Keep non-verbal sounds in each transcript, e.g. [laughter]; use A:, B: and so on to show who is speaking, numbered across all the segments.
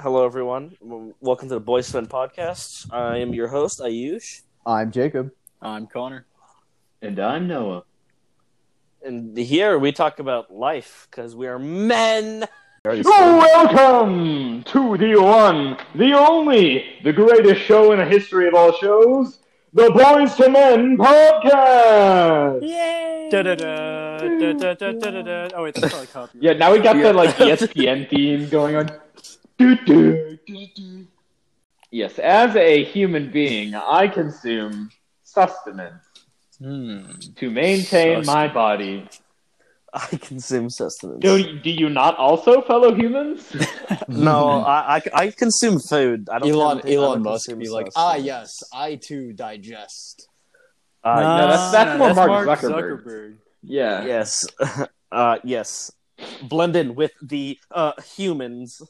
A: Hello, everyone. W- Welcome to the Boys Fun Podcast. I am your host, Ayush,
B: I'm Jacob.
C: I'm Connor.
D: And I'm Noah.
A: and here we talk about life because we are men.
D: Welcome to the one, the only, the greatest show in the history of all shows, the Boys to Men podcast.
C: Yay!
E: Da da da da da da da da. Oh wait, that's probably copyright.
D: Yeah, now we got
C: Yeah.
D: the like E [laughs] ESPN theme going on. Doo-doo, doo-doo. Yes, as a human being, I consume sustenance to maintain my body.
A: I consume sustenance.
D: Do, do you not also, fellow humans?
A: No, I, I, I consume food. I don't
C: Elon
A: consume- I don't
C: Elon Musk
A: consume
C: be like,
A: sustenance.
C: ah yes, I too digest.
A: Uh,
D: [laughs] No, that's- that's more Mark Zuckerberg. yeah.
A: Yes. [laughs] Uh, yes. Blend in with the uh, humans.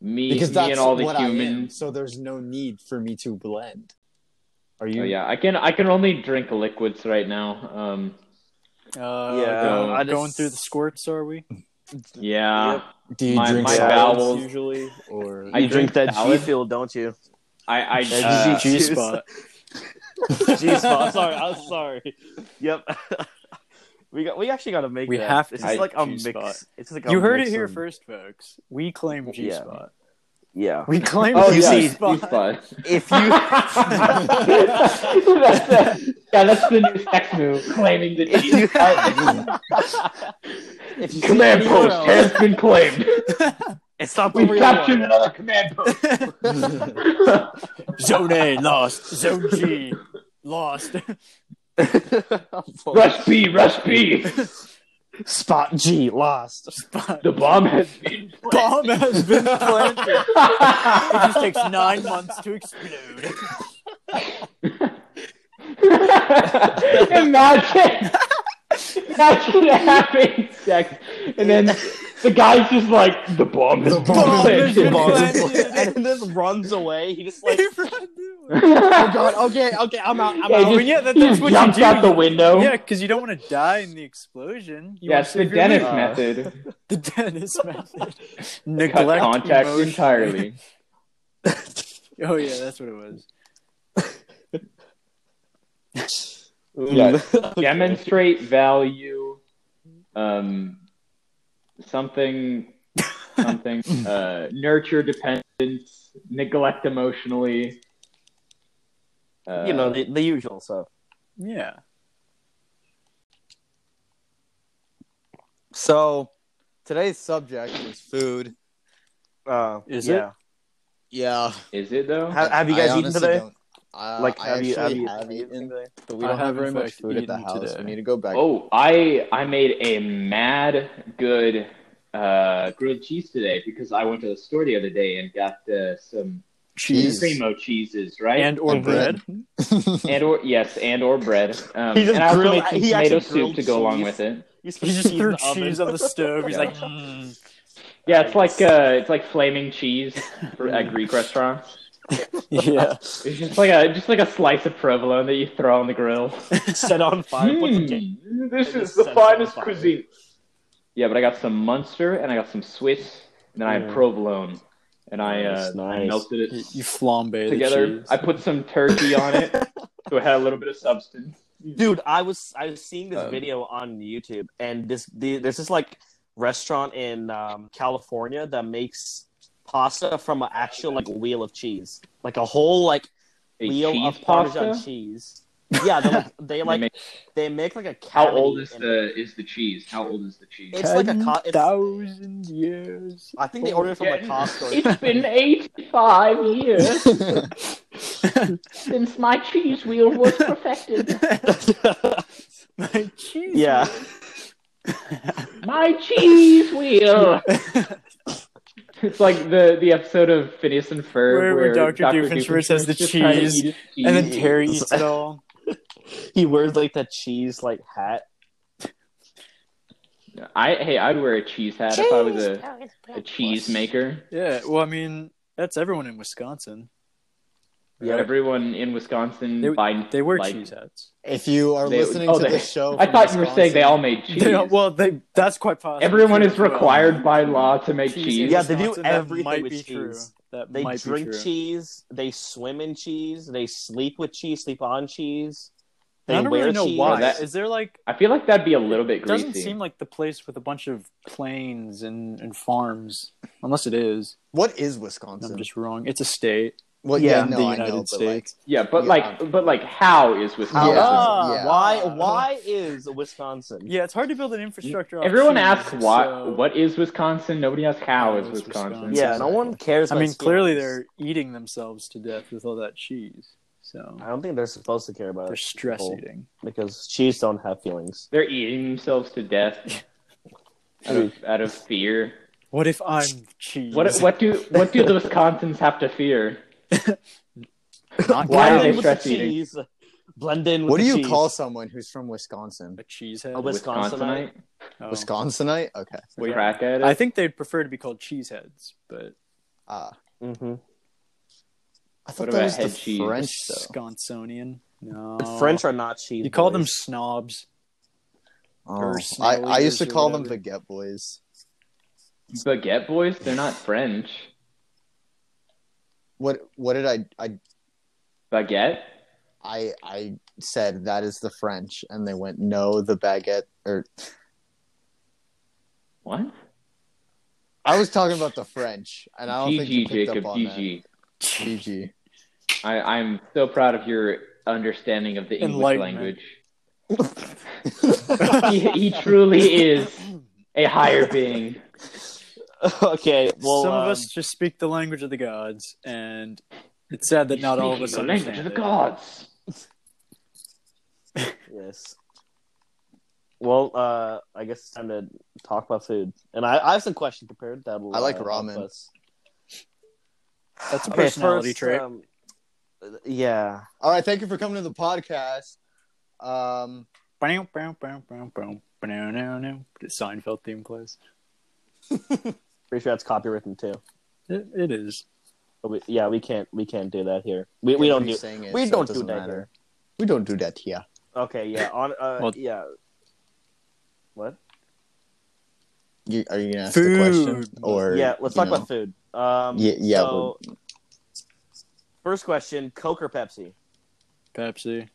D: Me,
C: Because
D: me
C: that's
D: and all the
C: what I am.
D: humans.
C: So there's no need for me to blend. Are
D: Oh,
C: you?
D: yeah, I can I can only drink liquids right now. Um,
E: Uh,
A: Yeah,
E: yeah, going,
D: I
A: just-
E: going through the squirts, are we?
D: yeah,
A: Yep.
C: Do you
D: My-
C: drink
D: my
C: salads
D: bowels-
C: usually, or
D: I
A: you drink,
D: drink
A: that
D: salad.
A: G Fuel, don't you?
D: I I
E: Uh,
D: uh,
C: G
A: juice.
C: spot?
A: Jeez, I'm sorry. I'm sorry. Yep. [laughs] we got. We actually got to make.
E: We
A: that.
E: have
A: It's
E: to
A: just like a
E: G
A: mix.
E: spot.
A: It's like a
E: You heard
A: mix
E: it here
A: of-
E: first, folks. We claim G spot. [laughs]
A: Yeah.
E: We claim
D: oh
E: G
D: yeah,
A: see-
D: G
E: spot.
D: spot.
A: If you
D: [laughs] that's the, yeah, that's the new sex move, claiming the G spot.
C: if you
D: command
C: see
D: post
C: anyone
D: has been claimed.
A: it's not
D: We've
A: real
D: captured
A: one.
D: another command post.
C: else-
E: [laughs]
A: [laughs]
E: Zone A lost. Zone G lost.
D: rush B, rush B.
A: Spot G lost.
E: Spot.
D: The bomb has been. [laughs]
E: bomb has been planted. [laughs] It
D: planted.
E: just takes nine months to explode.
D: Imagine. Imagine having sex, and then the guy's just like, the bomb is
C: bomb
E: has been
D: planted." [laughs]
C: [laughs]
A: and then runs away. He just like
D: oh
C: God, [laughs] okay, okay, I'm out. I'm
D: Yeah,
C: out.
E: Oh,
D: just-
E: yeah, that,
D: he
E: that's
D: just
E: what
D: jumps
E: you do.
D: out the window.
E: Yeah, because you don't want to die in the explosion. You Uh,
D: Yeah,
E: wanna
D: it's the
E: save your
D: Dennis
E: life.
D: method.
E: The [laughs] Dennis method.
D: Cut
E: Neglect
D: contact
E: emotion.
D: entirely.
E: [laughs] Oh yeah, that's what it was.
D: Yeah. [laughs] Demonstrate value. Um, something, something.
E: [laughs]
D: uh, nurture dependence. Neglect emotionally. Uh,
A: you know the, the usual stuff.
E: Yeah.
B: So today's subject is food.
A: Uh,
E: Is
A: yeah.
C: Yeah.
D: is it though?
A: Have, have you
C: I
A: guys eaten
C: honestly
A: today?
C: don't- Uh,
A: Like,
C: I
A: have you- have
C: actually
A: you-
C: have eaten,
A: today?
C: but we
E: I
C: don't have
E: have,
C: very
E: in
C: much
E: fact,
C: food at the
E: eaten
C: house.
E: today.
C: We need to go back. [laughs]
D: Oh, I I made a mad good uh, grilled cheese today because I went to the store the other day and got uh, some
C: Cheese.
D: primo cheeses, right?
E: And or
C: And
E: bread.
D: [laughs] And or yes, and or bread. Um,
A: He just
D: and I also
A: grilled-
D: made some
A: he
D: tomato
A: actually
D: soup to
A: grilled
D: go along
A: cheese.
D: with it.
E: He just
A: in
E: [laughs] threw
A: the oven.
E: cheese on the stove. He's
D: Yeah.
E: like, mm.
D: Yeah, it's like uh, it's like flaming cheese for, at
A: [laughs]
D: Greek restaurants.
E: [laughs] yeah.
D: It's just like a just like a slice of provolone that you throw on the grill.
A: [laughs] set on fire. Put the game-
D: Mm, this
A: It
D: is
A: just
D: the
A: sets on
D: finest
A: fire.
D: cuisine. Yeah, but I got some Munster and I got some Swiss, and then I had
A: Yeah.
D: provolone, and I, uh,
A: Nice, nice.
D: I melted
E: [laughs]
D: it
E: You, you flambe
D: together.
E: The cheese.
D: I put some turkey on
A: [laughs]
D: it, so it had a little bit of substance.
A: Dude, I was I was seeing this
B: Oh.
D: Um,
A: video on YouTube, and this the, there's this like restaurant in um, California that makes pasta from an actual like wheel of cheese, like a whole like
D: A
A: wheel
D: cheese
A: of Parmesan
D: pasta.
A: cheese. Yeah, they [laughs] like, they
D: They
A: like
D: make-
A: they make like a
D: How
A: cavity
D: old is
A: in it.
D: the is the cheese? How old is the cheese?
A: It's like a co- it's,
E: thousand years.
A: I think they ordered it from like
D: Yeah.
A: Costco.
D: It's been 85 years since my cheese wheel was perfected.
E: [laughs] My cheese. [laughs]
A: yeah,
D: My cheese [laughs] wheel! It's like the, the episode of Phineas and Ferb
E: Where-
D: where,
E: where Dr. Doofenshmirtz has the
D: just trying to
E: cheese,
D: eat his
E: and then
D: cheese.
E: Terry eats it all.
A: [laughs] he wears like that cheese like hat.
D: I hey, I'd wear a cheese hat if I was a, a cheese maker.
E: Yeah, well, I mean, that's everyone in Wisconsin.
A: Yeah.
D: Everyone in Wisconsin
E: They-
D: buy
E: They wear
D: like-
E: cheese hats.
B: If you are
D: They-
B: listening
D: oh,
B: to
D: they-
B: this show,
D: I
B: from
D: thought you were saying they all made [laughs] cheese.
E: They don't, well, they that's quite possible.
D: Everyone is required by law to make
E: Cheese
D: cheese.
E: in
A: Yeah, they do
E: Wisconsin,
A: everything
E: that might
A: with
E: be true.
A: cheese.
E: That
A: They
E: might
A: drink
E: be true.
A: cheese. They swim in cheese. They sleep with cheese. Sleep on cheese. They
E: I don't
A: wear
E: really know
A: cheese.
E: why. [laughs]
D: That-
E: Is there like
D: I feel like that'd be a little bit
E: it doesn't
D: greasy.
E: seem like the place with a bunch of plains and, and farms, unless it is.
B: what is
E: I'm
B: Wisconsin?
E: just wrong. It's a state.
B: well,
E: yeah,
B: yeah,
E: in
B: no,
E: the
B: I know,
E: United
B: but like,
E: States.
D: yeah, but
B: Yeah.
D: like, but like, how is
B: How
D: Wisconsin?
B: is
A: Ah,
B: Yeah.
A: Why? Why is Wisconsin?
E: Yeah, it's hard to build an infrastructure. off
D: Everyone
E: cheese,
D: asks what
E: so-
D: what is Wisconsin. Nobody asks how
E: How
D: is
E: is
D: Wisconsin.
E: Wisconsin.
A: Yeah, no one cares.
E: I
A: about
E: mean, clearly
A: skins.
E: they're eating themselves to death with all that cheese. So
D: Uh,
A: I don't think they're supposed to care about
E: they're
A: it
E: stress
A: people.
E: eating.
A: because cheese don't have feelings.
D: They're eating themselves to death out
E: [laughs]
D: of, out of fear.
E: What if I'm cheese?
D: What what do what do the Wisconsins have to fear?
E: [laughs] Not
D: Why are
A: Blend in with
E: cows.
D: they
A: the
D: stress eating?
A: cheese. Blend in. With
B: what do
A: the
B: you
A: cheese.
B: call someone who's from Wisconsin?
E: a cheesehead?
A: A Wis- Wisconsinite?
E: Oh.
B: Wisconsinite? Okay.
E: Wait,
D: Crack at it.
E: I think they'd prefer to be called cheeseheads, but
C: Uh,
B: Ah,
A: Mhm.
B: I thought
D: What
B: that
D: about
B: was the
D: head cheese?
B: French though.
E: Wisconsinian. No,
A: The French are not cheese.
E: You call
A: boys.
E: them snobs.
B: Oh,
E: snails
B: I, I used to
E: or
B: call them
E: whatever.
B: baguette boys.
D: Baguette boys, they're not French.
B: What what did I I
D: Baguette?
B: I I said that is the French and they went no the baguette or
D: What?
B: I was talking about the French and I don't think you
D: GG,
B: picked
D: Jacob,
B: up on
D: GG.
B: that. GG.
D: I, I'm so proud of your understanding of the English
E: Enlightenment.
D: language. he, [laughs] he truly is a higher being.
A: [laughs] okay. Well,
E: Some
A: um,
E: of us just speak the language of the gods, and it's sad [laughs] that not all of us
D: Speaking the language of
E: understand
D: the
E: it.
D: gods.
A: Yes. Well, uh, I guess it's time to talk about food, and I, I have some questions prepared that uh,
B: I like ramen.
E: That's a personality trait.
A: Um, yeah.
B: [laughs] All right, thank you for coming to the podcast. Um
E: Bow, bow, bow, bow, bow, bow, now, now, now. The Seinfeld theme plays.
A: Pretty sure that's copywritten too.
E: It, it is.
A: But we, yeah, we can't we can't do that here. We, we don't do.
B: everybody's saying it,
A: we
B: so it
A: don't do
B: doesn't
A: that
B: matter.
A: here.
B: We don't do that here.
A: Okay. Yeah. On. Uh,
E: Well-
A: yeah. What?
B: You, are you gonna ask
E: Food.
B: the question or
A: yeah. Let's
B: you
A: talk about food. Um,
B: Yeah, yeah,
A: So, first question: Coke or Pepsi?
E: Pepsi.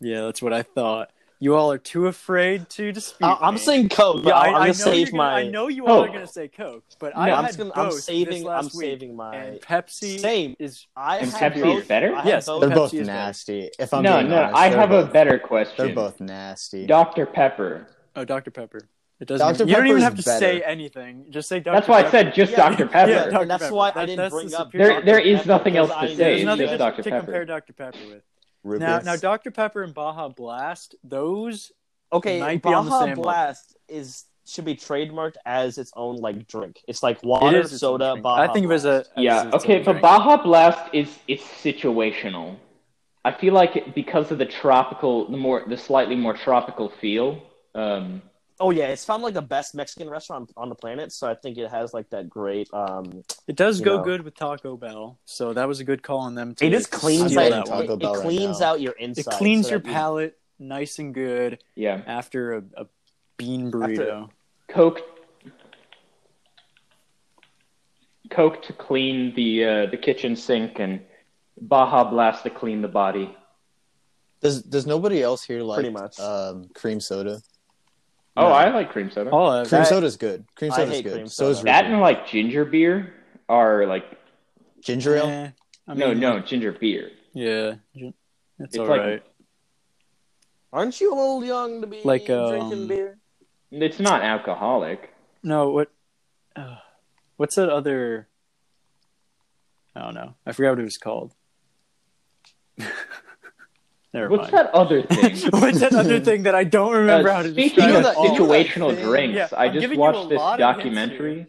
E: Yeah, that's what I thought. You all are too afraid to dispute.
A: I, I'm
E: me.
A: saying Coke.
E: Yeah,
A: I,
E: I,
A: am gonna
E: I know
A: save
E: you're gonna-
A: my.
E: I know you all are
D: Oh.
E: going to say Coke, but
A: No,
E: I
A: I'm
E: had
A: just gonna,
E: both
A: I'm
E: this
A: saving.
E: last
A: I'm
E: week,
A: saving my.
E: and Pepsi
A: Same.
E: is
A: I
D: And
A: have
D: Pepsi is
A: both-
D: better?
A: I have
E: Yes,
A: both.
B: they're both
E: Pepsi is better.
B: nasty. If I'm
D: no,
B: being
D: no,
B: honest,
D: I
B: they're
D: have
B: both,
D: a better question.
B: They're both nasty.
D: Dr. Pepper.
E: oh Dr Pepper. It doesn't.
B: Dr.
E: You don't even
B: Pepper's
E: have to
B: better.
E: say anything. Just say Dr.
D: That's why I
E: Pepper.
D: said just
A: Yeah,
D: Dr. Pepper.
E: Yeah, Dr.
A: And that's
E: Pepper.
A: why I
E: That-
A: didn't
E: that's
A: bring
E: the
A: up.
E: superior-
D: There- there is nothing
A: because
D: else
A: I
D: to
A: knew
D: say.
E: There's
D: It's
E: nothing
D: just
E: to,
A: that-
D: Dr.
E: to
D: Pepper.
E: compare Dr Pepper with.
B: Rivers.
E: Now, now, Dr Pepper and Baja Blast. Those
A: Okay,
E: might be on the
A: Baja
E: same
A: Blast is should be trademarked as its own like drink. It's like water,
E: its own
A: soda,
E: drink.
A: Baja.
E: I think it was a.
A: Blast.
D: Yeah,
E: it's a
D: okay, but
E: drink.
D: Baja Blast is it's situational. I feel like it, because of the tropical, the more the slightly more tropical feel. Um,
A: Oh yeah, it's found like the best Mexican restaurant on the planet, so I think it has like that great. um
E: It does
A: you
E: go
A: know.
E: good with Taco Bell, so that was a good call on them. To
A: It just
E: to
A: cleans
E: steal
B: I'm saying
A: out.
E: that
A: It,
E: one.
B: Taco
A: it
B: Bell right
A: cleans
B: now.
A: out your
E: It
A: insides.
E: cleans
A: so
E: your
A: that you-
E: palate nice and good
D: yeah,
E: after a, a bean burrito.
D: Coke. Coke to clean the uh, the kitchen sink and Baja Blast to clean the body.
B: Does Does nobody else here like
A: Pretty much.
B: Um, cream soda?
D: Oh, I like cream soda.
E: All of
B: Cream
A: I-
B: soda's good. Cream
A: I
B: soda's
A: hate
B: good.
A: cream
B: So is
A: soda.
D: that
B: Rivers.
D: and like ginger beer are like
B: ginger ale.
E: Eh, I
D: no
E: mean,
D: no ginger beer.
E: Yeah, ju- it's
D: It's
E: all
D: like-
E: right.
A: Aren't you a little young to be
E: Like, um,
A: drinking beer?
D: It's not alcoholic.
E: No, what? Uh, what's that other? I don't know. I forgot what it was called.
D: [laughs]
E: Never
D: What's
E: mind. [laughs]
D: that other thing?
E: what's that other thing that I don't remember how
D: Uh,
E: to
D: speaking
E: describe?
D: of
E: at all?
D: situational
B: thing-
D: drinks,
E: Yeah,
D: I
E: I'm
D: just
E: giving you a
D: watched this
E: lot of hints
D: documentary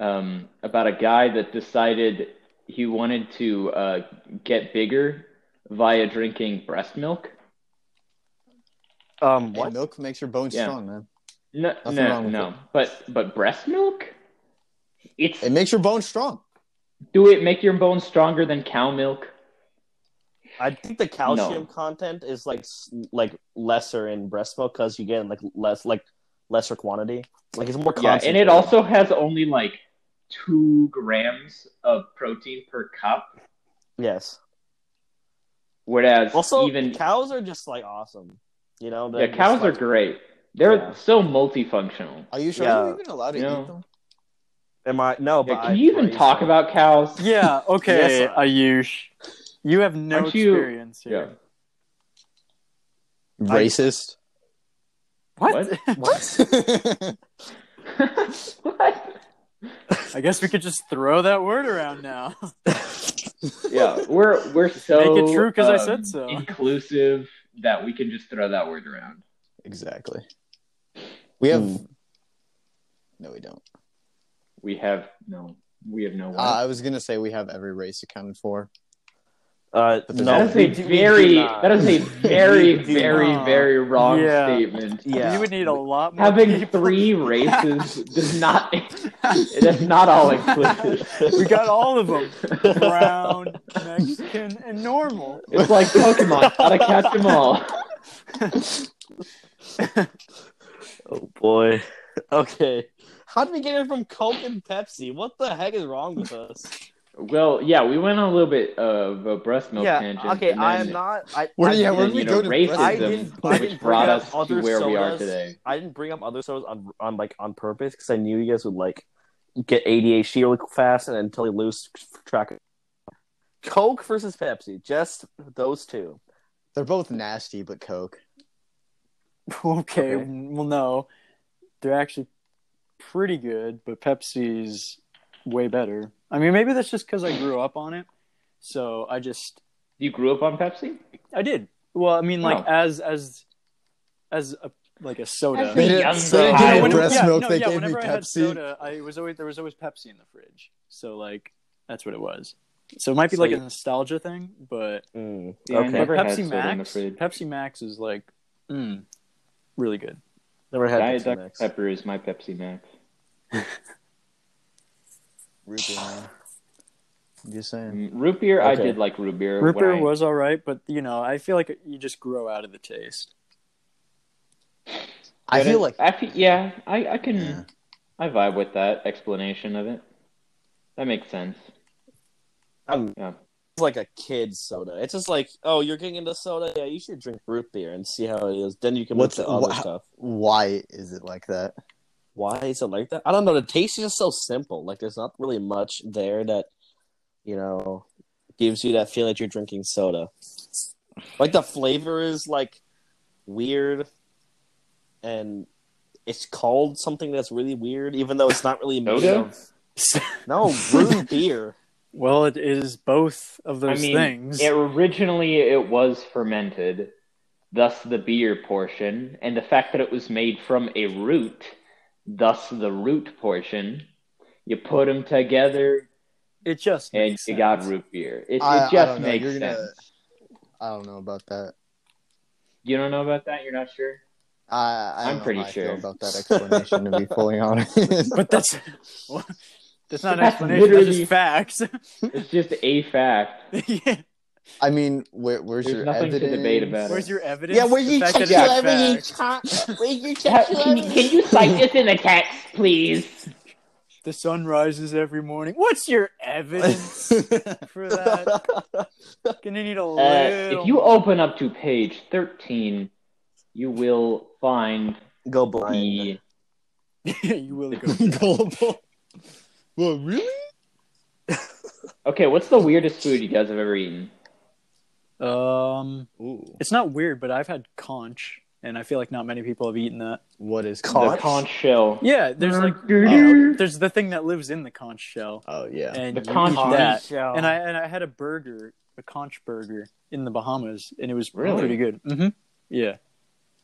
D: um, about a guy that decided he wanted to uh, get bigger via drinking breast milk.
A: Um,
B: Hey,
A: what?
B: milk makes your bones
D: Yeah.
B: strong, man.
D: No,
B: Nothing
D: no,
B: wrong with
D: no. But but breast milk? It's
B: It makes your bones strong.
D: do it make your bones stronger than cow milk?
A: I think the calcium
D: No.
A: content is like s- like lesser in breast milk because you get like less like lesser quantity. Like it's more
D: Yeah, and
A: concentrated.
D: it also has only like two grams of protein per cup,
A: yes.
D: whereas
A: Also,
D: even
A: cows are just like awesome. You know,
D: yeah,
A: they're just,
D: cows are
A: like-
D: great. They're
A: Yeah.
D: so multifunctional.
B: Are you sure
A: Yeah.
B: you're even allowed to
D: Yeah.
B: eat them?
A: Am I no?
D: Yeah,
A: but
D: can
A: I'm
D: you even
A: pretty
D: talk
A: sure.
D: about cows?
E: Yeah, okay,
A: Yes, I-
E: Ayush. You have no
D: Aren't you-
E: experience
D: Yeah.
E: here.
B: Racist.
E: What?
B: What?
D: [laughs] what?
E: [laughs] I guess we could just throw that word around now.
D: Yeah, we're we're so
E: [laughs] Make it true 'cause I
D: um,
E: said so.
D: inclusive that we can just throw that word around.
B: [laughs] exactly. We have.
A: Mm.
B: No, we don't.
D: We have no, we have no.
B: Uh, I was gonna say we have every race accounted for.
A: Uh,
B: But
A: no,
D: that is
A: we
D: a
A: do- we do
D: very
A: not.
D: that [laughs] is a very
A: We do
D: very
E: not.
D: very wrong
E: Yeah.
D: statement.
A: Yeah.
E: You would need a lot more.
D: Having
E: people.
D: [laughs] three races does [laughs] not that's not all [laughs] inclusive.
E: We got all of them: [laughs] brown, Mexican, and normal.
D: It's like Pokemon, gotta catch them all.
A: Oh boy. [laughs] Okay. How did we get it from Coke and Pepsi? What the heck is wrong with us?
D: [laughs] Well, yeah, we went on a little bit of a breast milk tangent. and then-
A: not. I,
B: Where- yeah,
D: and
B: where did
D: then,
B: we
D: you
B: go
D: know,
B: to
D: racism,
A: I didn't- I
D: which
A: didn't
D: brought
A: bring up
D: us
A: other
D: to where we are
A: sodas.
D: today.
A: I didn't bring up other shows on on like on purpose because I knew you guys would like get ADHD really fast and then totally lose track. of Coke versus Pepsi, just those two.
B: They're both nasty, but Coke.
E: [laughs] Okay,
A: Okay.
E: well, no, they're actually pretty good, but Pepsi's way better. I mean, maybe that's just because I grew up on it, so I just
D: You grew up on Pepsi?
E: I did. Well, I mean, like
D: Oh.
E: as as as a like a soda.
D: Actually,
B: They
D: young
B: didn't, they
D: girl.
B: didn't
D: I
B: give me
D: would've-
B: breast
E: yeah,
B: milk.
E: no,
B: they
E: yeah,
B: gave me
E: whenever I had
B: Pepsi.
E: soda, I was always there was always Pepsi in the fridge. So like that's what it was. So it might be
A: So
E: like
A: you-
E: a nostalgia thing, but
A: Mm,
D: Yeah, I
A: okay,
D: never-
A: never,
E: but
D: had
E: Pepsi
D: soda in the
E: Max,
D: fridge.
E: Pepsi Max is like mm, really good.
A: had
D: Diet
A: Pepsi
D: Dr
A: Max.
D: Pepper is my Pepsi Max.
B: Root beer, man. I'm just saying.
D: Mm, Root beer, I
A: Okay.
D: did like root beer.
E: Root
D: when
E: beer
D: I-
E: was all right, but you know, I feel like you just grow out of the taste.
B: I
D: when
B: feel
D: it-
B: like
D: I fe- yeah, I, I can,
B: Yeah.
D: I vibe with that explanation of it. That makes sense.
A: Um,
D: Yeah.
A: It's like a kid's soda. It's just like, oh, you're getting into soda. Yeah, you should drink root beer and see how it is. Then you can
B: What's-
A: look at other
B: wha-
A: stuff.
B: why is it like that?
A: Why is it like that? I don't know. The taste is just so simple. Like, there's not really much there that you know gives you that feel that you're drinking soda. Like the flavor is like weird, and it's called something that's really weird, even though it's not really made
D: Soda?
A: of. [laughs] No, root
E: [laughs]
A: beer.
E: Well, it is both of those
D: I mean,
E: things.
D: It, originally, it was fermented, thus the beer portion, and the fact that it was made from a root, thus the root portion. You put them together,
E: It just
D: and
E: makes
D: you got
E: sense.
D: root beer. It,
B: I- I
D: it just
B: don't know.
D: makes
B: You're
D: sense.
B: gonna- I don't know about that.
D: You don't know about that? You're not
B: [laughs]
D: sure?
B: I, I
D: I'm
B: don't know
D: pretty
B: how I feel
D: sure.
B: about that explanation. to be
D: [laughs]
B: fully honest,
E: [laughs] But that's well, that's not an
D: That's
E: explanation. That's
D: literally-
E: just facts. [laughs]
D: It's just a fact.
E: yeah.
B: I mean, where, where's
D: There's
B: your
D: nothing to
B: evidence?
D: debate about it.
E: Where's your evidence?
B: Yeah, where's
E: The
B: your
E: fact that
B: check
E: it's
B: your
E: facts. [laughs]
D: you cite this in the text,
B: [laughs]
D: please?
E: The sun rises every morning. What's your evidence for
D: [laughs]
E: that?
B: [laughs]
E: Gonna need a
D: Uh,
E: little.
D: if you open up to page 13, you will find
A: Go blind.
D: the.
E: [laughs] you will go.
B: Gullible. Well, really?
D: Okay, what's the weirdest food you guys have ever eaten?
E: Um,
B: Ooh,
E: it's not weird, but I've had conch, and I feel like not many people have eaten that.
B: what is
A: Conch?
D: The conch shell.
E: Yeah, there's like um,
D: Oh.
E: there's the thing that lives in the conch shell,
B: Oh yeah.
E: and
D: The
E: you
D: conch
E: eat that.
A: shell.
E: And I and I had a burger, a conch burger in the Bahamas, and it was
D: Really?
E: pretty good. hmm Yeah,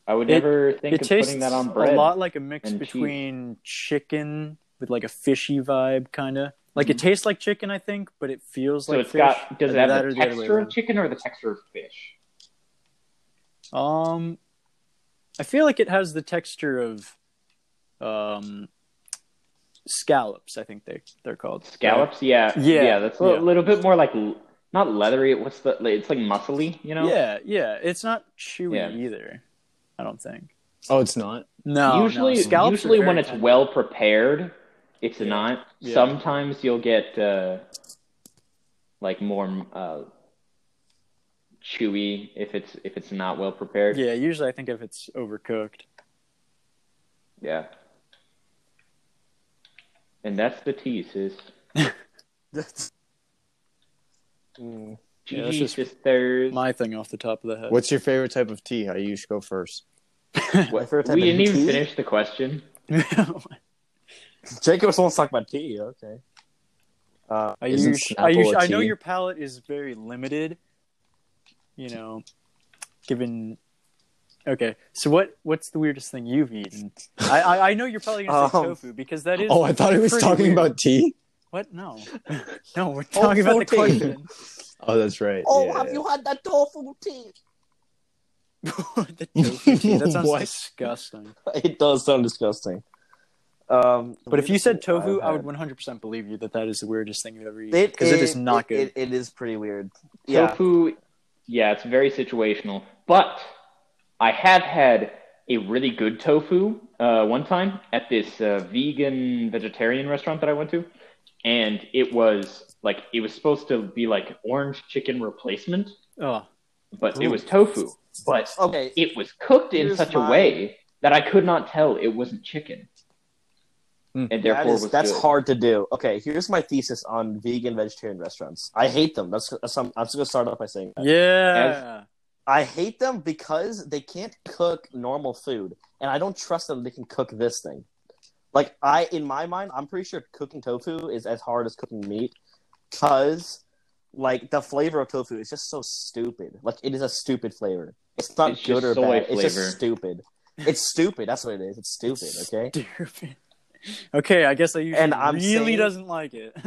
D: I would
E: It-
D: never think
E: it
D: of
E: tastes
D: putting that on
E: a
D: bread.
E: lot like a mix
D: and cheese.
E: between chicken with like a fishy vibe, kind of Like it tastes like chicken, I think, but it feels
D: Mm. So
E: like
D: it's
E: fish.
D: got does
E: either
D: it have
E: that or
D: the
E: the other way
D: texture of
E: around.
D: chicken or the texture of fish?
E: Um, I feel like it has the texture of, um, scallops. I think they they're called
D: Scallops, yeah,
E: Yeah,
D: That's a li-
E: yeah.
D: little bit more like l- not leathery. What's the? It's like muscly, you know.
E: Yeah, yeah. It's not chewy
D: Yeah.
E: either. I don't think.
C: Oh, it's not.
E: No.
D: usually,
E: no. Scallops are
D: usually when
E: very
D: it's
E: tender.
D: well prepared, it's not.
E: Yeah.
D: Sometimes you'll get uh, like more uh, chewy if it's if it's not well prepared.
E: Yeah, usually I think if it's overcooked.
D: Yeah. And that's the tea, sis.
E: That's
D: Mm.
E: Yeah, that's
D: GG
E: just
D: sisters.
E: my thing off the top of the head.
B: What's your favorite type of tea? I usually go first.
A: My favorite type
D: we
A: of
D: didn't even
A: tea?
D: finish the question.
E: [laughs]
A: Jacob's wants to talk about tea. Okay. Uh,
E: I,
B: Isn't
E: usu- I,
B: Snapple
E: usu-
B: a
E: I know
B: tea?
E: your palate is very limited. You know, given. Okay, so what? What's the weirdest thing you've eaten? I I, I know you're probably [laughs] gonna say
A: Um,
E: tofu because that is.
C: Oh, I thought he was
E: pretty
C: talking
E: weird.
C: about tea.
E: What? No, [laughs] Oh, no, we're talking about the
A: protein.
E: [laughs] question.
C: Oh, that's right. yeah.
A: had that tofu tea?
E: the tofu tea. That sounds
C: What?
E: disgusting.
A: [laughs] It does sound disgusting. Um,
E: But if you said tofu, I
A: I've
E: would
A: had-
E: 100% believe you that that is the weirdest thing you've ever eaten because it is not good.
A: It, it is pretty weird. Yeah.
D: Tofu, yeah, it's very situational. But I have had a really good tofu uh, one time at this uh, vegan vegetarian restaurant that I went to, and it was like it was supposed to be like orange chicken replacement,
A: Uh,
E: oh,
D: but it
A: Ooh.
D: was tofu. But
A: Okay.
D: it was cooked in
A: Here's
D: such
A: my-
D: a way that I could not tell it wasn't chicken,
C: Hmm.
D: and
A: That
D: therefore
A: is,
D: was
A: that's
D: good.
A: hard to do. Okay, here's my thesis on vegan vegetarian restaurants. I hate them. That's, that's I'm, I'm just gonna start off by saying that.
E: [laughs] yeah.
A: I hate them because they can't cook normal food, and I don't trust them. They can cook this thing. Like I, in my mind, I'm pretty sure cooking tofu is as hard as cooking meat, cause like the flavor of tofu is just so stupid. Like it is a stupid flavor. It's not
D: It's
A: good
D: just
A: or
D: soy
A: bad. It's
D: flavor.
A: just stupid. It's stupid. That's what it is. It's stupid. Okay.
E: Stupid. Okay, I guess I usually
A: And I'm
E: really
A: saying-
E: doesn't like it. [laughs]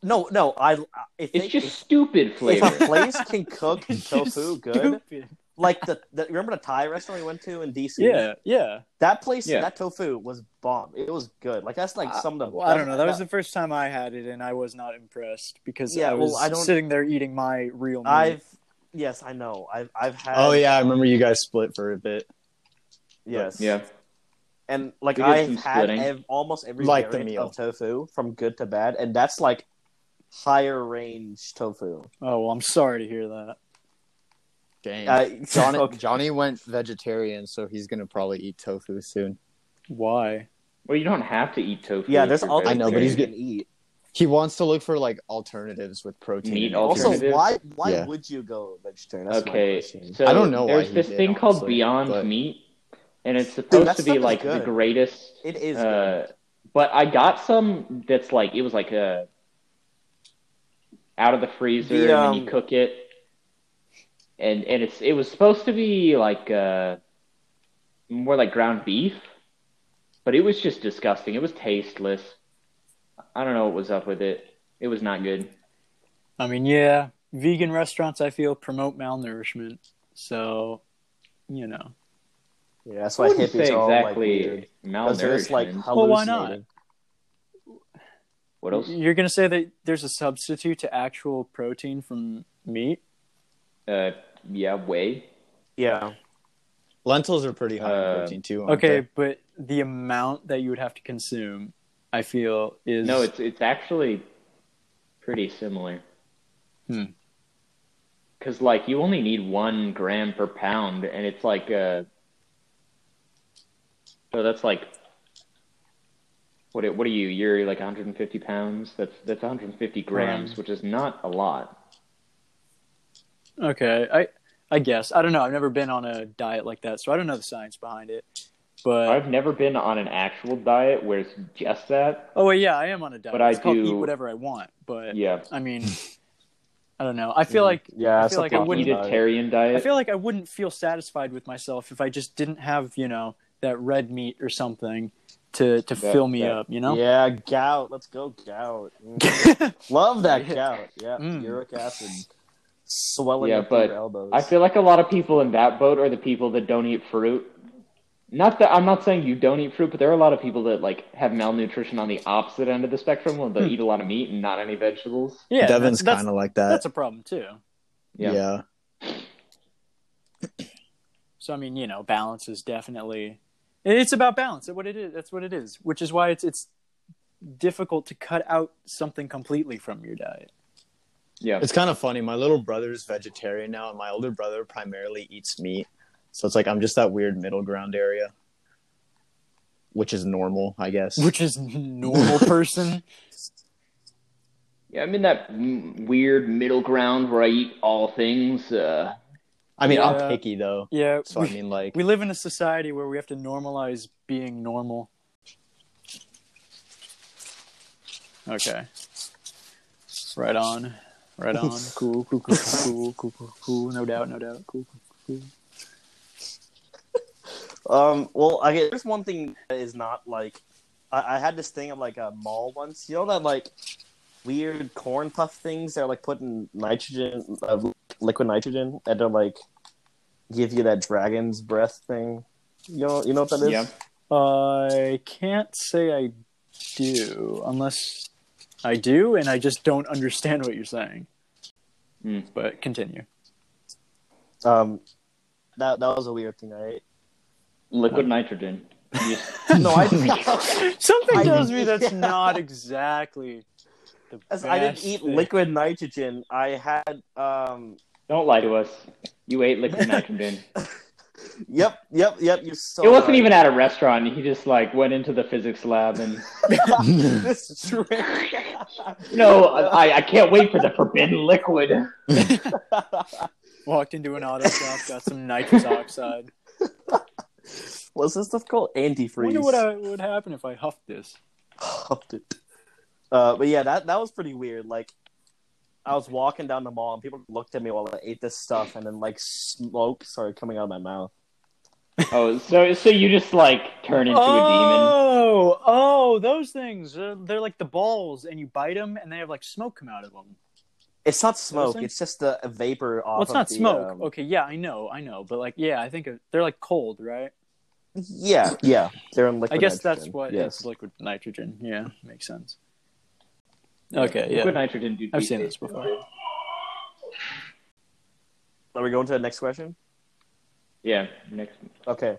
A: No, no. I. I- If
D: It's
A: they,
D: just
A: if- [laughs]
D: stupid
A: if a
D: flavor.
A: place can cook
D: [laughs]
E: [laughs] It's just
A: tofu good,
E: stupid.
A: like the, the remember the Thai restaurant we went to in DC?
E: Yeah, yeah.
A: That place,
D: Yeah.
A: that tofu was bomb. It was good. Like that's like
E: Uh,
A: some of the.
E: Well, I don't know. That was the first time I had it, and I was not impressed because
A: Yeah,
E: I
A: well,
E: was
A: I don't-
E: sitting there eating my real meat.
A: I've yes, I know. I've I've had.
C: Oh yeah, I remember you guys split for a bit.
A: Yes.
D: yeah,
A: And like
D: We did
A: I've
D: some
A: had
D: splitting.
A: ev- almost every
C: Like the
A: variant
C: meal.
A: of tofu from good to bad, and that's like higher range tofu.
E: Oh well, I'm sorry to hear that.
C: Dang.
A: Uh, [laughs]
B: Johnny,
A: okay.
B: Johnny went vegetarian, so he's gonna probably eat tofu soon.
E: Why?
D: well, you don't have to eat tofu.
A: Yeah,
D: if
A: there's
D: you're
A: all
B: I know, but
D: vegetarian.
B: he's
A: you can eat.
B: He wants to look for like alternatives with protein.
D: Meat
A: Also,
D: Alternative?
A: why why
B: Yeah.
A: would you go vegetarian? That's my
D: okay,
A: question.
D: so
B: I don't know why
D: There's
B: he
D: this
B: did,
D: thing called
B: honestly,
D: Beyond
B: but-
D: Meat, and it's supposed
A: that
D: to
A: stuff
D: be
A: is
D: like the
A: good.
D: greatest.
A: It is. good.
D: Uh, but I got some that's like it was like a out of the freezer,
A: The,
D: and then
A: um,
D: you cook it, and and it's it was supposed to be like uh, more like ground beef, but it was just disgusting. It was tasteless. I don't know what was up with it. It was not good.
E: I mean, yeah, vegan restaurants I feel promote malnourishment, so you know.
A: yeah, that's
D: I
A: why
D: wouldn't
A: hippies
D: say
A: are all like weird.
D: exactly
A: Because they're
D: malnourished.
A: just, like
D: man.
A: hallucinating.
E: Well, why not?
D: what else?
E: You're gonna say that there's a substitute to actual protein from meat?
D: Uh, yeah, whey.
A: Yeah.
C: Lentils are pretty high
D: Uh,
C: in protein too. aren't
E: Okay,
C: they?
E: but the amount that you would have to consume, I feel, is
D: No, it's it's actually pretty similar.
E: Hmm.
D: Because like you only need one gram per pound, and it's like uh, so that's like what? It, what are you? You're like 150 pounds. That's that's 150 grams, which is not a lot.
E: okay. I I guess I don't know. I've never been on a diet like that, so I don't know the science behind it. But
D: I've never been on an actual diet where it's just that.
E: oh wait, yeah, I am on a diet.
D: But I
E: it's called
D: do-
E: eat whatever I want. But
D: Yeah,
E: I
D: [laughs]
E: mean, I don't know. I feel like
A: Mm-hmm. Yeah.
E: I feel like I wouldn't-
D: vegetarian diet.
E: I feel like I wouldn't feel satisfied with myself if I just didn't have, you know, that red meat or something to to
D: That-
E: fill me
D: that-
E: up, you know?
A: Yeah, gout. Let's go gout. Mm. Love that gout. Yeah,
E: Mm.
A: uric acid swelling
D: Yeah,
A: up your
D: but
A: elbows.
D: I feel like a lot of people in that boat are the people that don't eat fruit. Not that I'm not saying you don't eat fruit, but there are a lot of people that like have malnutrition on the opposite end of the spectrum, where they
E: Hmm.
D: eat a lot of meat and not any vegetables.
E: [laughs] yeah
B: Devin's
E: that's-
B: kind of like that.
E: that's a problem too.
D: Yeah.
B: Yeah.
E: So I mean, you know, balance is definitely it's about balance. That's what it is. That's what it is. Which is why it's it's difficult to cut out something completely from your diet.
D: Yeah,
B: It's kind of funny. My little brother's vegetarian now, and my older brother primarily eats meat. So it's like I'm just that weird middle ground area, which is normal, I guess.
E: Which is normal person.
D: yeah. I'm in that m- weird middle ground where I eat all things. Uh,
B: I mean,
E: Yeah.
B: I'm picky though.
E: Yeah.
B: So I
E: we,
B: mean, like,
E: we live in a society where we have to normalize being normal. Okay. Right on. Right on. cool, cool, cool, cool, cool, cool, cool. No doubt, no doubt. Cool.
A: Um, well, I get, there's one thing that is not like I, I had this thing at like a mall once. You know that like weird corn puff things that are like putting nitrogen, uh, liquid nitrogen, and they're like give you that dragon's breath thing. You know, you know what that is?
D: Yeah.
E: I can't say I do, unless I do, and I just don't understand what you're saying.
D: Hmm.
E: But continue. [laughs]
A: Um, that that was a weird thing, right?
D: liquid nitrogen.
A: No, I
E: Something
A: I-
E: tells me that's
A: Yeah.
E: not exactly the
A: as I didn't
E: best
A: eat
E: thing.
A: liquid nitrogen. I had um.
D: Don't lie to us. You ate liquid nitrogen.
A: Yep, yep, yep. You're so.
D: it wasn't
A: right.
D: even at a restaurant. He just like went into the physics lab and
E: [laughs]
A: [laughs] this is true.
D: no, I, I can't wait for the forbidden liquid.
E: Walked into an auto shop, got some nitrous oxide.
A: What's this stuff called? Antifreeze. [laughs]
E: Wonder what I, would happen if I huffed this.
A: Huffed it. Uh, but yeah, that that was pretty weird. Like, I was walking down the mall and people looked at me while I ate this stuff, and then like smoke started coming out of my mouth.
D: Oh, so so you just like turn into a
E: Oh, oh, those things. They're, they're like the balls, and you bite them, and they have like smoke come out of them.
A: It's not smoke;
E: Listen.
A: it's just the vapor off.
E: Well, it's
A: of
E: not
A: the,
E: smoke.
A: um,
E: okay, yeah, I know, I know, but like, yeah, I think it- they're like cold, right?
A: Yeah, yeah, they're in liquid.
E: I guess
A: nitrogen.
E: that's what
A: Yes.
E: it's liquid nitrogen. Yeah, makes sense. Okay,
D: demon. Liquid
E: yeah,
D: nitrogen. Dude,
E: I've seen this before.
A: Are we going to the next question?
D: Yeah. Next.
A: Okay.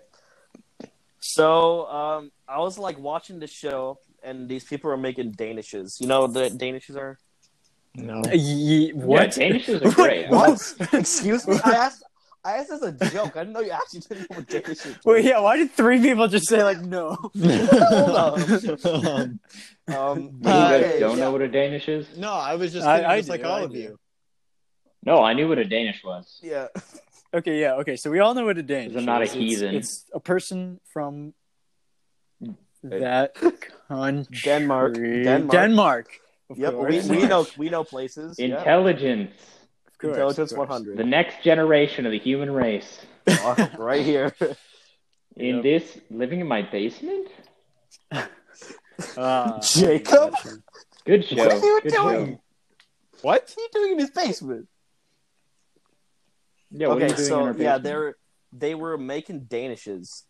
A: So um, I was like watching the show, and these people are making danishes. You know what the danishes are?
E: [laughs]
B: no.
E: [laughs] Ye- what?
D: Yeah,
E: [laughs]
D: danishes are great.
A: What? Excuse me? I asked. I asked as a joke. I didn't know you actually didn't know what Danish is.
E: Wait, yeah, why did three people just say like no? [laughs]
A: Hold
B: Um,
A: Um,
D: You guys
A: okay,
D: don't
A: yeah.
D: know what a Danish is?
B: [laughs] no, I was just,
E: I-
B: kidding,
E: I
B: just
E: do,
B: like all
E: I
B: of
E: do.
B: you.
D: No, I knew what a Danish was.
A: Yeah.
E: Okay, yeah, okay. So we all know what a Danish
D: They're not a
E: is. It's-
D: heathen.
E: It's, a person from that country.
A: Denmark. Denmark.
E: Denmark. Of
A: Yep. We,
E: course.
A: we know we know places. Yeah.
D: Intelligence.
E: [laughs] Of course,
A: Intelligence
E: of course.
A: one hundred.
D: The next generation of the human race.
A: right here.
D: In
E: Yep.
D: this, living in my basement.
E: Ah,
A: Jacob?
D: Good show.
A: What are you
D: Good
A: doing?
D: show.
A: What are you doing in his basement?
D: Yeah. What are
A: okay,
D: you doing in
A: so
D: our
A: yeah,
D: basement?
A: they're they were making danishes,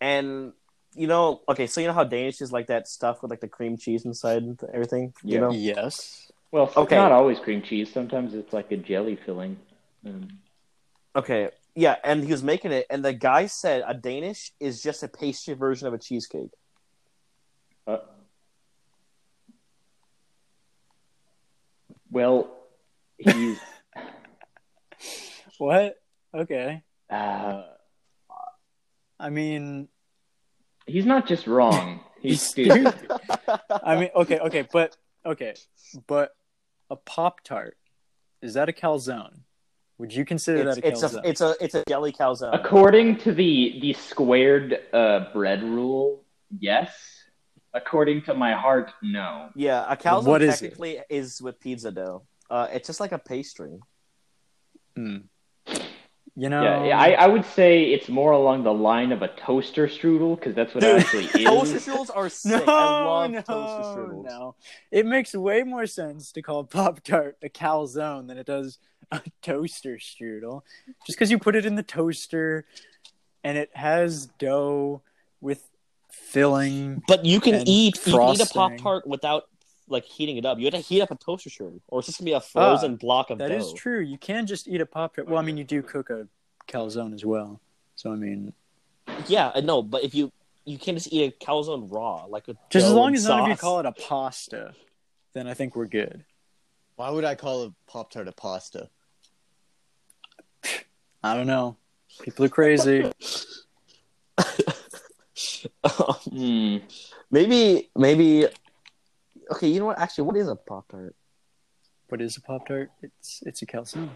A: and you know, okay, so you know how Danish is like that stuff with like the cream cheese inside and everything.
D: Yeah.
A: You know,
E: Yes.
D: Well, it's
A: Okay.
D: not always cream cheese. Sometimes it's like a jelly filling. Um,
A: Okay. Yeah, and he was making it, and the guy said a Danish is just a pastry version of a cheesecake.
D: uh, well, he's.
E: What? Okay.
D: Uh,
E: I mean,
D: he's not just wrong. He's
E: He's
D: stupid.
E: I mean, okay, okay, but okay, but a pop tart is that a calzone? Would you consider
A: It's,
E: that a
A: it's
E: calzone?
A: a it's a it's a jelly calzone.
D: According to the the squared uh, bread rule, yes. According to my heart, no.
A: Yeah, a calzone
E: What is it?
A: technically
E: [laughs]
A: is with pizza dough. Uh, it's just like a pastry.
E: Hmm. You know,
D: Yeah, yeah, I, I would say it's more along the line of a toaster strudel because that's what
A: Dude,
D: it actually
A: [laughs]
D: is.
A: Toaster strudels are
E: [laughs] no,
A: sick. I love
E: no,
A: toaster strudels.
E: no. It makes way more sense to call Pop Tart a calzone than it does a toaster strudel, just because you put it in the toaster, and it has dough with filling.
A: But you can
E: And
A: eat you can eat a
E: frosting.
A: pop tart without like heating it up. You have to heat up a toaster strudel, or it's just gonna be a frozen block of
E: Ah, That
A: dough.
E: is true. You can just eat a Pop Tart. Well, I mean, you do cook a calzone as well. So I mean,
A: Yeah, I know, but if you you can't just eat a calzone raw, like with
E: just
A: dough
E: as long
A: and
E: as none of you
A: sauce.
E: call it a pasta, then I think we're good.
B: Why would I call a Pop Tart a pasta?
E: I don't know. People are crazy.
D: Hmm.
A: maybe maybe. Okay, you know what? Actually, what is a pop tart?
E: what is a Pop Tart? It's it's a calzone.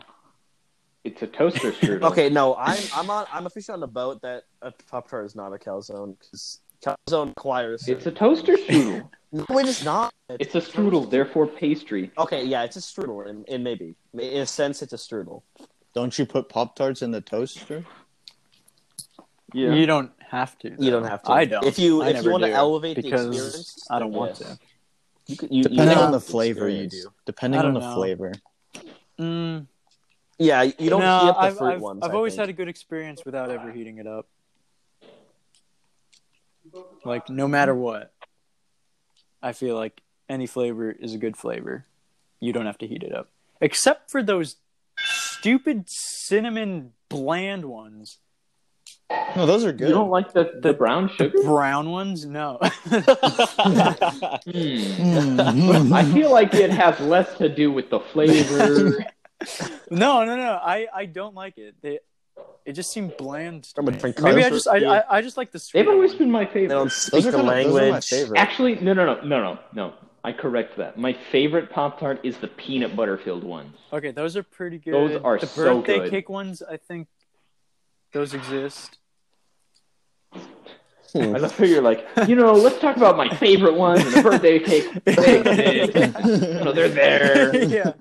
D: It's a toaster strudel.
A: Okay, no,
E: [laughs]
A: I'm I'm on I'm officially on the boat that a pop tart is not a calzone because calzone requires.
D: It's a toaster strudel.
A: No, it is not.
D: it's a strudel, therefore pastry.
A: Okay, yeah, it's a strudel, and, and maybe in a sense, it's a strudel.
B: Don't you put Pop Tarts in the toaster?
E: You don't have to.
A: You don't have to.
E: I don't.
A: If you
E: I
A: if
E: never
A: you want
E: do,
A: to elevate
E: because
A: the experience,
E: I don't want
A: yes.
E: to.
A: You, could- you,
B: Depending
E: No.
B: on the flavor, you do. Depending
E: I
B: on
E: don't
B: the
E: know.
B: flavor.
E: Mm,
A: Yeah, you don't
E: no,
A: heat up the
E: I've,
A: fruit
E: I've,
A: ones.
E: I've always had a good experience without ever heating it up. Like no matter what, I feel like any flavor is a good flavor. You don't have to heat it up, except for those stupid cinnamon bland ones,
B: No, those are
D: You
B: [laughs]
D: don't
B: good.
D: like the, the brown sugar?
E: brown ones. No,
A: [laughs]
E: [laughs]
A: had.
D: Hmm.
B: Mm.
D: [laughs] I feel like it has less to do with the flavor.
E: No, no, no. I, I don't like it. They, it just seemed bland. To
A: From a
E: me.
A: different
E: Maybe I
A: culture,
E: just I,
A: dude.
E: I, I just like the sweet.
D: They've always
E: one.
D: been my
A: they
D: favorite.
A: don't speak
B: those are
A: the
B: kind of, those are my
A: language.
B: favorite.
D: Actually, no, no, no, no, no, no. I correct that. My favorite Pop Tart is the peanut butter filled ones.
E: okay. Those are pretty good.
D: Those are
E: the
D: so
E: birthday
D: good.
E: cake ones. I think those exist.
D: I love how you're like, you know, let's talk about my favorite ones and the
A: [laughs]
D: birthday cake. They exist. [laughs] You know, they're
E: [laughs] [laughs]
D: there.
E: yeah,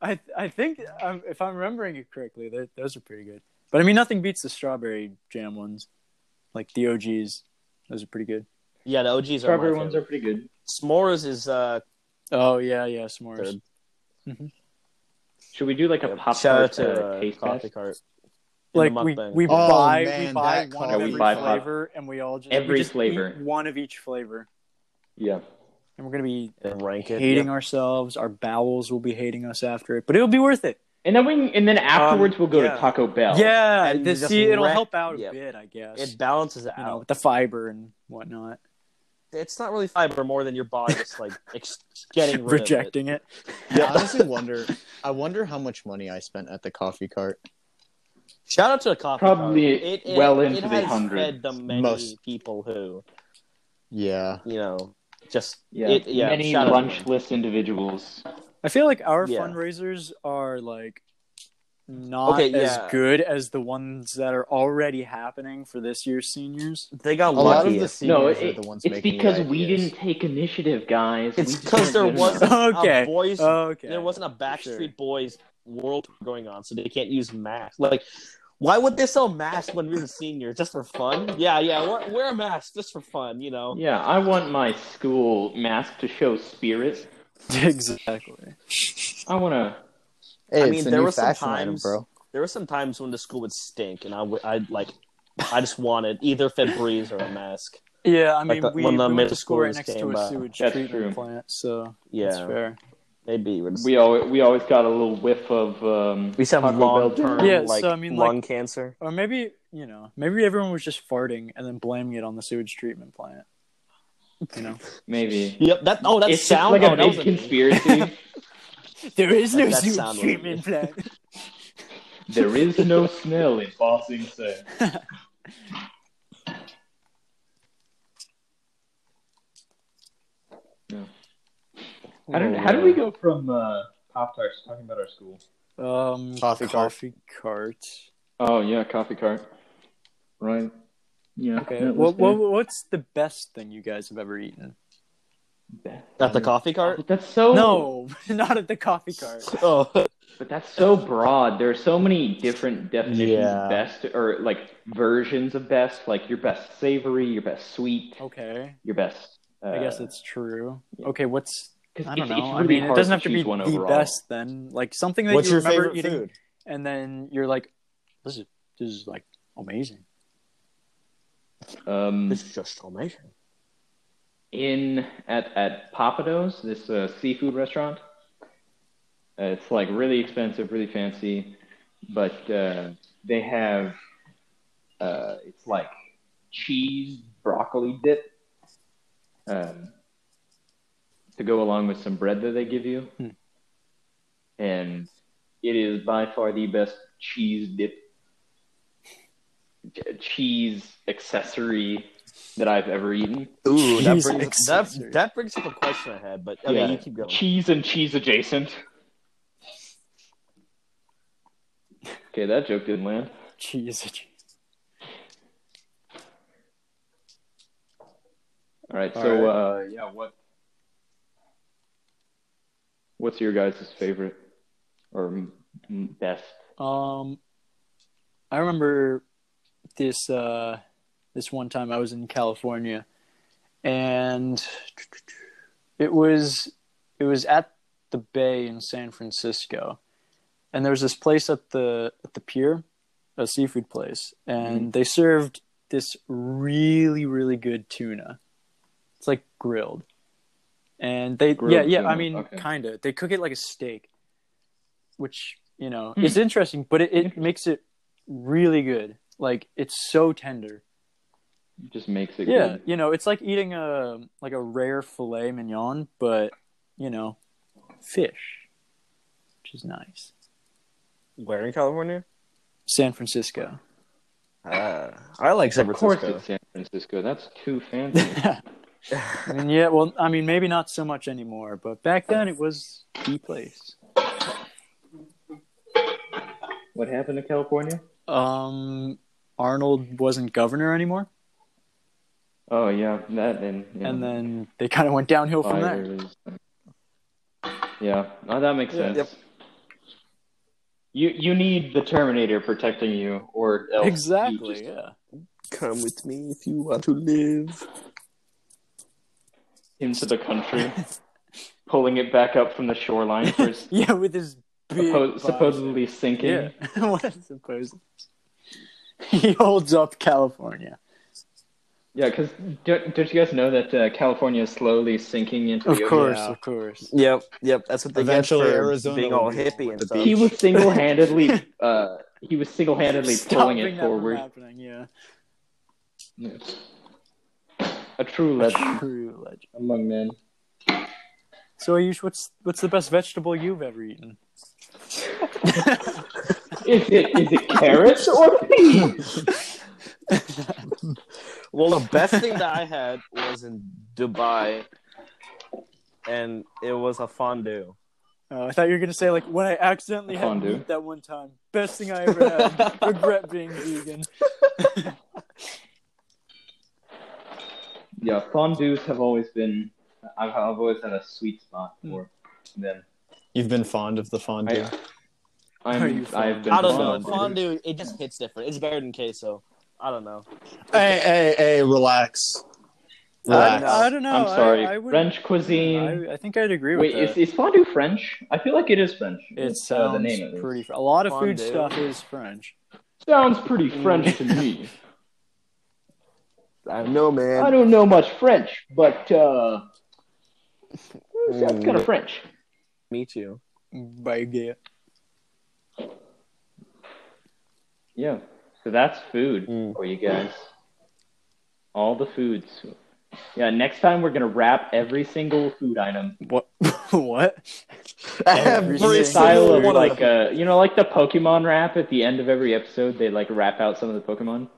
E: I I think um, if I'm remembering it correctly, tho- those are pretty good. But I mean, nothing beats the strawberry jam ones, like the OGs. Those are pretty good.
A: Yeah, the OGs are.
D: Strawberry
A: my
D: ones are
A: favorite.
D: pretty good.
A: S'mores is uh.
E: Oh yeah, yeah, s'mores.
A: Third.
D: Should we do like a Pop
A: shout out
D: Tart
A: to
D: uh,
A: uh,
D: taste
A: coffee
D: test?
A: cart. In
E: like
A: the
E: we,
A: mukbang.
E: we
B: Oh,
E: buy we
B: man,
E: buy
B: that
E: one
B: caught
E: of
D: me.
E: every
D: We buy pop-
E: flavor and we all just
D: every
E: we just
D: flavor.
E: eat one of each flavor
D: Yeah.
E: and we're gonna be
A: And rank it.
E: hating
A: yeah.
E: ourselves our bowels will be hating us after it but it'll be worth it
D: And then we can, and then afterwards we'll go
A: Um, yeah.
D: to Taco Bell.
E: yeah
A: And
E: the,
A: just
E: see it'll
A: wreck-
E: help out a
A: yeah.
E: bit i guess
A: It balances
E: you know
A: out.
E: with the fiber and whatnot
A: It's not really fiber more than your body just like ex- getting rid Of
E: rejecting it.
B: I honestly wonder. I wonder how much money I spent at the coffee cart.
A: it. Shout out to the coffee
D: Probably
A: cart. It, it,
D: well
A: it
D: into the
A: has
D: hundreds.
A: fed the many
B: Most.
A: people who
B: Yeah.
A: you know just
D: Yeah.
A: it- yeah
D: Many
A: shout out to them.
D: lunchless individuals.
E: i feel like our
A: Yeah.
E: fundraisers are like not
A: Okay,
E: as
A: yeah.
E: good as the ones that are already happening for this year's seniors
A: They got
B: A lot of
A: lucky.
B: the
D: No,
B: seniors
D: it,
B: are the ones
D: it's
B: making the
D: because we
B: ideas.
D: didn't take initiative, guys.
A: It's
D: We just
A: because there
D: weren't good
A: wasn't
D: enough.
E: [laughs] Okay.
A: a boys.
E: okay
A: There wasn't a Backstreet
E: Sure.
A: Boys world tour going on, so they can't use masks. Like, why would they sell masks when we were seniors just for fun? Yeah, yeah, wear, wear a mask just for fun, you know.
D: Yeah, I want my school mask to show spirit.
E: [laughs] exactly
D: I want to.
B: Hey,
A: I
B: it's
A: mean,
B: a
A: there
B: new
A: were some
B: fashion item,
A: times-
B: bro.
A: There were some times when the school would stink, and I would, I'd like, I just wanted either Febreze or a mask.
E: Yeah, I
A: Like
E: mean,
A: the-
E: we,
A: when the
E: when the we went
A: middle
E: to school right
A: schoolers
E: next
A: came
E: to a
A: by.
E: sewage
D: That's
E: treatment
D: true.
E: plant, so that's
A: Yeah,
E: fair.
A: maybe we're just,
D: We always we always got a little whiff of. Um,
A: we have
D: Taco
A: long
D: Bell.
A: term
E: Yeah,
A: like
E: so, I mean,
A: lung
E: like-
A: cancer.
E: Or maybe you know, maybe everyone was just farting and then blaming it on the sewage treatment plant.
A: [laughs]
E: You know,
D: maybe.
A: Yep. That oh, that
D: it's just
A: sound.
D: like
A: oh,
D: a
A: that
D: big
A: was a-
D: conspiracy.
A: [laughs]
E: there is
A: no
E: no
A: That sewage
E: sewage
A: sound treatment
E: treatment plant.
D: there is no smell in Bossing [laughs] Sand. How did, how did we go from uh, Pop Tarts talking about our school?
E: Um,
B: Coffee cart.
E: cart.
D: Oh yeah, coffee cart. Right. Yeah.
E: Okay, what, what what's the best thing you guys have ever eaten?
A: at the coffee cart?
D: That's so.
E: [laughs]
D: [laughs]
E: No, not at the coffee cart.
A: Oh,
D: But that's so broad. There are so many different definitions
B: Yeah.
D: of best or like versions of best, like your best savory, your best sweet,
A: Oh.
E: Okay,
D: your best. Uh,
E: I guess that's true. Okay, what's
D: because
E: I don't
D: it's,
E: know.
D: it's really
E: I mean, it
D: hard
E: doesn't have to
D: choose
E: be
D: one
E: the
D: overall.
E: best. Then, like something that
B: What's
E: you
B: your
E: remember
B: favorite
E: eating,
B: food?
E: and then you're like, "This is this is like amazing." [laughs]
D: Um,
A: It's just amazing.
D: in at at Papados, this uh, seafood restaurant. Uh, it's like really expensive, really fancy, but uh, they have uh, it's like cheese broccoli dip um, to go along with some bread that they give you,
E: Hmm.
D: and it is by far the best cheese dip ch- cheese accessory that I've ever eaten.
A: Ooh, [laughs] that
E: Cheese
A: brings, that,
E: accessory.
A: that brings up a question I had, but okay,
D: Yeah.
A: you keep going.
D: cheese and cheese adjacent. Okay, that joke didn't land.
E: Cheese.
D: All right,
E: All
D: so uh, yeah, what? What's your guys' favorite or m- m- best?
E: Um, I remember this uh, this one time I was in California, and it was it was at the bay in San Francisco, and there was this place at the at the pier, a seafood place, and
D: Mm-hmm.
E: they served this really really good tuna. It's like grilled, and they
D: Grilled
E: yeah yeah I
D: tuna,
E: mean
D: okay.
E: kind of they cook it like a steak, which you know
D: Hmm.
E: is interesting, but it, it makes it really good. Like it's so tender.
D: Just makes it
E: Yeah,
D: good.
E: you know, it's like eating a like a rare filet mignon, but you know, fish, which is nice.
A: Where in California?
E: San Francisco.
A: Uh, I like San
D: Of course,
A: Francisco.
D: it's San Francisco. That's too fancy.
E: I mean, yeah, well, I mean, maybe not so much anymore, but back then it was the place.
D: [laughs] what happened to California?
E: Um, Arnold wasn't governor anymore,
D: Oh yeah, that and yeah.
E: and then they kind of went downhill from there.
D: Fires and- Yeah, no, that makes sense. You you need the Terminator protecting you, or else you
E: Exactly.
D: just-
E: Yeah.
A: Come with me if you want to live.
D: into the country, pulling it back up from the
E: [laughs]
D: shoreline for it's
E: Yeah, with his big
D: suppo-
E: body.
D: supposedly sinking.
E: Yeah. [laughs] what is supposedly? He holds up California.
D: Yeah, because don't, don't you guys know that uh, California is slowly sinking into
E: Of
D: the
E: course,
B: Yeah.
E: of course.
A: Yep, yep. That's what they
B: Eventually,
A: get for
B: Arizona
A: being
B: will
A: all
B: be
A: hippie and
B: the
A: stuff.
D: ocean? He was
E: [laughs]
D: single-handedly, uh, he was single-handedly
E: Stopping
D: pulling it
E: that from
D: forward.
E: happening, yeah.
D: A
E: [laughs]
D: true legend
E: True legend.
D: among men.
E: So, Ayush, what's what's the best vegetable you've ever
D: [laughs]
E: eaten?
D: Is it is it
E: [laughs]
D: carrots or peas?
A: Well, the best thing that I had was in Dubai, and it was a fondue.
E: Oh, I thought you were gonna say like when I accidentally had
D: Fondue.
E: meat that one time. Best thing I ever
D: [laughs]
E: had. Regret being vegan.
D: Yeah, fondues have always been. I've, I've always had a sweet spot
E: Hmm.
D: for them.
B: You've been fond of the fondue.
D: I, I'm,
E: Are you
D: I've been
A: I don't know.
D: fond.
A: Fondue, it just hits different. It's better than queso. I don't know.
B: hey, hey, hey, relax.
E: I,
B: Relax. [laughs]
E: don't- I don't know.
D: I'm sorry.
E: I, I would,
D: French cuisine.
E: I, I think I'd agree
D: Wait,
E: with
D: is,
E: that.
D: is fondue French? I feel like it is French.
E: It
D: uh, the
E: sounds
D: name at least.
E: pretty. A lot of food
A: Fondue.
E: stuff is French.
D: Sounds pretty French to me.
A: Mm. I know,
D: I
A: man.
D: don't know much French, but uh, it sounds
A: Mm.
D: kind of French.
A: Me too.
E: Baguette.
D: Yeah. So that's food
A: Mm.
D: for you guys. All the foods. Yeah. Next time we're gonna wrap every single food item.
A: [laughs]
E: What? what?
A: Every
E: Every
D: [laughs] Style
A: single
D: of
A: one
D: like
A: of
D: uh, you know, like the Pokemon wrap at the end of every episode. They like wrap out some of the Pokemon.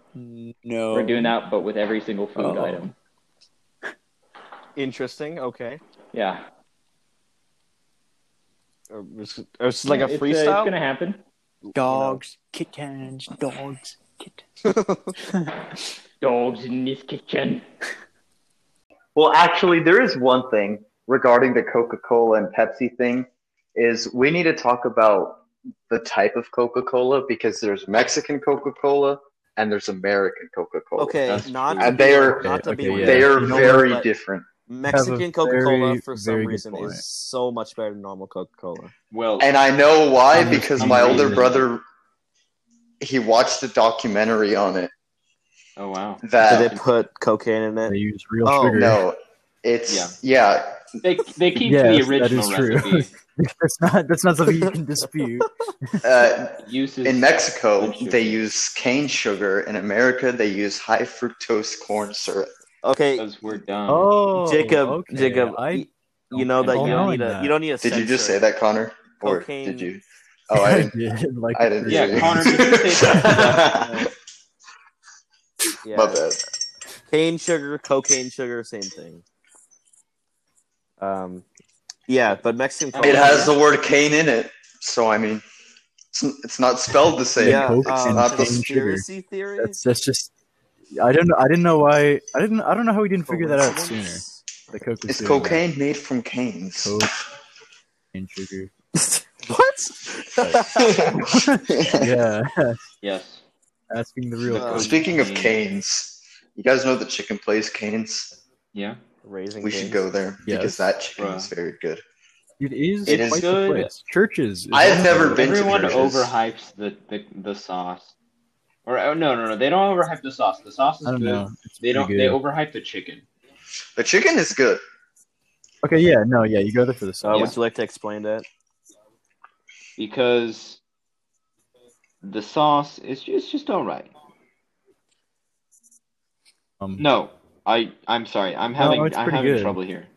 E: No.
D: We're doing that, but with every single food
E: Oh.
D: item.
A: Interesting. Okay.
D: Yeah.
A: Or, was- or it's like a
D: It's, uh, It's,
A: freestyle.
D: gonna happen.
E: Dogs, kittens, dogs, kittens.
D: Dogs in this kitchen.
F: Well, actually, there is one thing regarding the Coca Cola and Pepsi thing. Is we need to talk about
B: the type of Coca Cola because there's Mexican Coca Cola and there's American Coca Cola.
A: Okay, not
B: and they are
A: not to be
C: okay,
A: weird.
B: they are
A: You know,
B: very
A: but
B: different.
A: Mexican
C: Have a
A: Coca Cola
C: very,
A: for some
C: very good
A: reason
C: point.
A: is so much better than normal Coca Cola.
D: Well,
B: And I know why because my older
D: Amazing.
B: brother he watched a documentary on it
D: oh wow,
A: Did
B: that
A: they put cocaine in
C: They
A: it?
C: use real
A: Oh,
C: sugar.
B: no, it's yeah.
D: they they keep
C: Yes,
D: the
C: that
D: original
C: is true.
D: recipe.
C: [laughs]
G: that's not that's not something you can dispute.
A: [laughs]
B: Uh,
D: Uses
B: in Mexico
D: Cane sugar.
B: they use cane sugar. In America they use high fructose corn syrup.
A: Okay,
D: because we're dumb.
C: Oh,
A: Jacob,
C: okay.
A: Jacob,
C: I, [laughs]
A: y- you know that
D: Oh,
A: you don't
C: knowing
A: need a
C: that.
A: you don't need a.
B: Did you just say
A: censor.
B: that, Connor? Or
A: Cocaine.
B: did you? Oh, I didn't.
C: did. Like,
B: I didn't.
D: Yeah,
B: hear you.
D: Connor, just
B: [laughs]
D: say that.
A: Yeah.
B: My bad.
A: cane sugar, cocaine sugar, same thing. Um, yeah, but Mexican Coca.
B: It has the word cane in it, so I mean, it's, it's not spelled the same.
A: yeah,
C: Coke
A: uh,
B: and cane
A: conspiracy theory.
C: That's, that's just. I don't. know- I didn't know why. I didn't. I don't know how we didn't figure that out
A: [laughs]
C: sooner.
A: Coincidence?
C: The coke was
B: Is
C: doing
B: cocaine made from canes?
C: Coke. that. And sugar.
A: What?
C: Yeah,
D: Yes.
C: asking the real.
A: Uh,
B: [laughs]
C: question.
B: Speaking of canes, you guys know the chicken place canes.
D: Yeah.
A: Raising.
B: We should go there
C: Yes.
B: because that chicken
D: Bruh.
B: is very good.
C: it is.
B: it is
C: quite the
D: good.
C: place. Churches. is
B: I have
C: also-
B: never been- to
D: Everyone
B: churches.
D: overhypes the, the the sauce. Or oh no no no, they don't overhype the sauce. The sauce is
C: I don't
D: good.
C: know. It's
D: They don't
C: pretty
D: they
C: good.
D: overhype the chicken.
B: The chicken is good.
C: Okay. Yeah. No. Yeah. You go there for the
A: Uh,
C: sauce.
A: Would you like to explain that?
D: because the sauce is just just all right.
C: Um,
D: No, I I'm sorry. I'm
C: No,
D: having
C: it's
D: I'm
C: pretty
D: having
C: good.
D: trouble here.
C: [laughs]